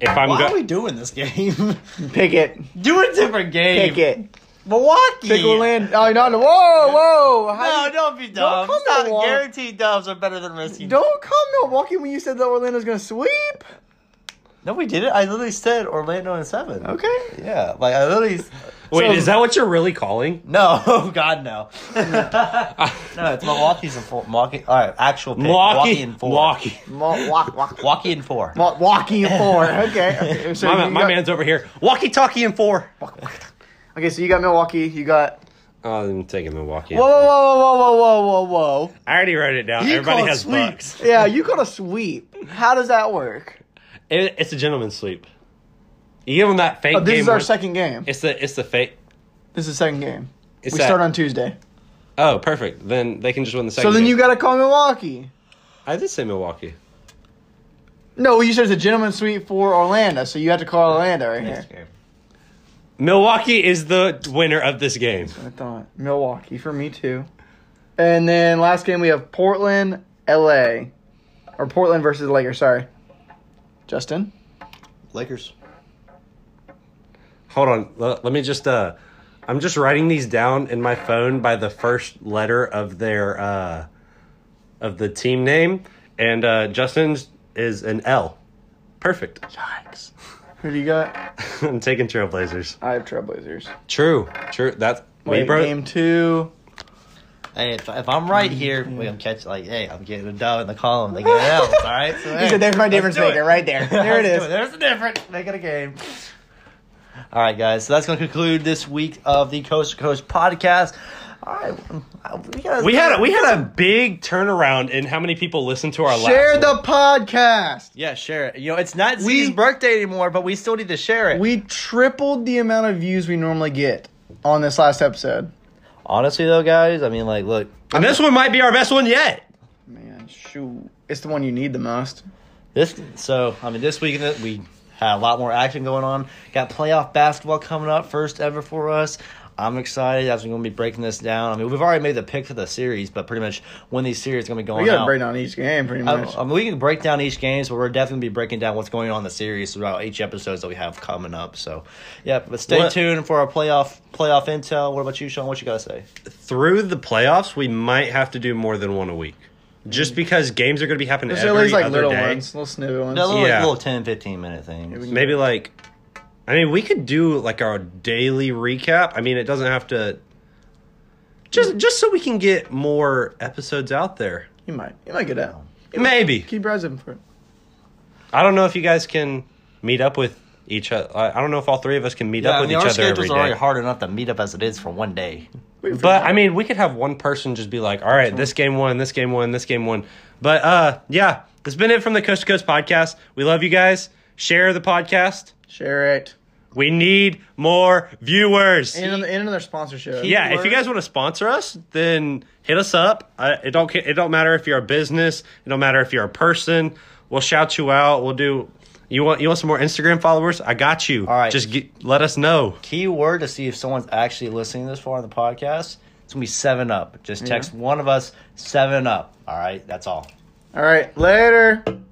[SPEAKER 3] if I'm
[SPEAKER 1] Why are we
[SPEAKER 3] going,
[SPEAKER 1] doing this game?
[SPEAKER 2] Pick it.
[SPEAKER 1] Do a different game.
[SPEAKER 2] Pick it.
[SPEAKER 1] Milwaukee.
[SPEAKER 2] Pick Orlando. Oh no! no. Whoa! Whoa! How do
[SPEAKER 1] No,
[SPEAKER 2] you-
[SPEAKER 1] don't be dumb.
[SPEAKER 2] come
[SPEAKER 1] Stop.
[SPEAKER 2] Milwaukee.
[SPEAKER 1] Guaranteed dubs are better than risky.
[SPEAKER 2] Don't call Milwaukee when you said that Orlando's gonna sweep.
[SPEAKER 1] No, we did it. I literally said Orlando in seven.
[SPEAKER 2] Okay.
[SPEAKER 1] Yeah, like I literally.
[SPEAKER 3] wait,
[SPEAKER 2] so-
[SPEAKER 3] is that what you're really calling?
[SPEAKER 1] No, oh God, no. no, it's Milwaukee's in four. Milwaukee, all right, actual pick.
[SPEAKER 3] Milwaukee,
[SPEAKER 1] in four.
[SPEAKER 3] Milwaukee.
[SPEAKER 2] Mo- walk, walk, walk.
[SPEAKER 1] Milwaukee in four.
[SPEAKER 2] Mo- walking in four. Okay. okay. So
[SPEAKER 3] My,
[SPEAKER 2] you
[SPEAKER 3] man- my
[SPEAKER 2] got-
[SPEAKER 3] man's over here. Walkie talkie in four.
[SPEAKER 2] Okay, so you got Milwaukee. You got.
[SPEAKER 3] Oh, I'm taking Milwaukee.
[SPEAKER 2] Whoa, whoa, whoa, whoa, whoa, whoa, whoa, whoa.
[SPEAKER 3] I already wrote it down.
[SPEAKER 1] You
[SPEAKER 3] Everybody
[SPEAKER 1] called
[SPEAKER 3] has
[SPEAKER 1] sweep.
[SPEAKER 3] bucks.
[SPEAKER 2] Yeah, you got a sweep. How does that work?
[SPEAKER 3] It, it's a gentleman's sweep. You give them that fake
[SPEAKER 2] Oh, this
[SPEAKER 3] game
[SPEAKER 2] is our
[SPEAKER 3] where-
[SPEAKER 2] second game.
[SPEAKER 3] It's the it's the fake.
[SPEAKER 2] This is the second game.
[SPEAKER 3] It's
[SPEAKER 2] we
[SPEAKER 3] that-
[SPEAKER 2] start on Tuesday.
[SPEAKER 3] Oh, perfect. Then they can just win the second.
[SPEAKER 2] So then
[SPEAKER 3] game.
[SPEAKER 2] you gotta call Milwaukee.
[SPEAKER 3] I did say Milwaukee.
[SPEAKER 2] No, you said it's a gentleman's sweep for Orlando, so you have to call Orlando right here.
[SPEAKER 1] Next game.
[SPEAKER 3] Milwaukee is the winner of this game.
[SPEAKER 2] I thought Milwaukee for me too. And then last game we have Portland, LA, or Portland versus Lakers. Sorry, Justin.
[SPEAKER 1] Lakers.
[SPEAKER 3] Hold on. Let, let me just. uh I'm just writing these down in my phone by the first letter of their uh of the team name, and uh Justin's is an L. Perfect.
[SPEAKER 2] Yikes. Who do you got?
[SPEAKER 3] I'm taking Trailblazers.
[SPEAKER 2] I have Trailblazers.
[SPEAKER 3] True. True. That's
[SPEAKER 2] Wait,
[SPEAKER 3] we bro.
[SPEAKER 2] game two.
[SPEAKER 1] Hey, if, if I'm right here, wait, I'm catching. Like, hey, I'm getting a dub in the column. They get it out. All right. So, hey,
[SPEAKER 2] He said, "There's my
[SPEAKER 1] let's
[SPEAKER 2] difference
[SPEAKER 1] do it."
[SPEAKER 2] maker, right there. There it
[SPEAKER 1] Let's do
[SPEAKER 2] is."
[SPEAKER 1] There's the difference. Make it a game. All right, guys. So that's going to conclude this week of the Coast to Coast podcast. All right, we, got
[SPEAKER 3] We had a, we had a big turnaround in how many people listened to our
[SPEAKER 2] Share
[SPEAKER 3] last. one.
[SPEAKER 2] the podcast.
[SPEAKER 1] Yeah, share it. You know, it's not
[SPEAKER 2] We-
[SPEAKER 1] Z's birthday anymore, but we still need to share it.
[SPEAKER 2] We tripled the amount of views we normally get on this last episode.
[SPEAKER 1] Honestly, though, guys, I mean, like, look,
[SPEAKER 3] and this one might be our best one yet.
[SPEAKER 2] Man, shoot, it's the one you need the most.
[SPEAKER 1] this. So, I mean, this week we had a lot more action going on. Got playoff basketball coming up, first ever for us. I'm excited as we're going to be breaking this down. I mean, we've already made the pick for the series, but pretty much when these series are going to be going
[SPEAKER 2] We gotta
[SPEAKER 1] out.
[SPEAKER 2] break down each game pretty
[SPEAKER 1] I,
[SPEAKER 2] much.
[SPEAKER 1] I mean, we can break down each game, but we're definitely be breaking down what's going on in the series throughout each episodes that we have coming up. So, yeah, but stay
[SPEAKER 3] What-
[SPEAKER 1] tuned for our playoff playoff intel. What about you, Sean? What you got to say?
[SPEAKER 3] Through the playoffs, we might have to do more than one a week, just because games are going to be happening
[SPEAKER 2] There's
[SPEAKER 3] every
[SPEAKER 2] at least like
[SPEAKER 3] other
[SPEAKER 2] little
[SPEAKER 3] day.
[SPEAKER 2] ones, little snippet ones.
[SPEAKER 1] A little,
[SPEAKER 3] Yeah.
[SPEAKER 1] little 10, 15 minute thing.
[SPEAKER 3] Maybe like, I mean, we could do like our daily recap. I mean, it doesn't have to. Just just so we can get more episodes out there.
[SPEAKER 2] You might, you might get out.
[SPEAKER 3] Maybe
[SPEAKER 2] Keep your eyes open for it.
[SPEAKER 3] I don't know if you guys can meet up with each other. I I don't know if all three of us can meet
[SPEAKER 1] Yeah,
[SPEAKER 3] up
[SPEAKER 1] I
[SPEAKER 3] with
[SPEAKER 1] mean,
[SPEAKER 3] each
[SPEAKER 1] our
[SPEAKER 3] other every
[SPEAKER 1] schedules are already
[SPEAKER 3] day.
[SPEAKER 1] hard enough to meet up as it is for one day.
[SPEAKER 2] We can figure
[SPEAKER 3] But
[SPEAKER 2] it out.
[SPEAKER 3] I mean, we could have one person just be like, "All right, this game won, this game won, this game won." But uh, yeah, that's been it from the Coast to Coast podcast. We love you guys. Share the podcast.
[SPEAKER 2] share it.
[SPEAKER 3] We need more viewers.
[SPEAKER 2] And, another- and another sponsorship.
[SPEAKER 3] yeah, if you guys want to sponsor us, then hit us up. I, it don't ca- it don't matter if you're a business. It don't matter if you're a person. We'll shout you out. We'll do. You want you want some more Instagram followers? I got you. All
[SPEAKER 1] right.
[SPEAKER 3] just get, let us know.
[SPEAKER 1] Key word to see if someone's actually listening this far on the podcast. It's gonna be seven up. Just text one of us seven up. All right, that's all.
[SPEAKER 2] All right, later.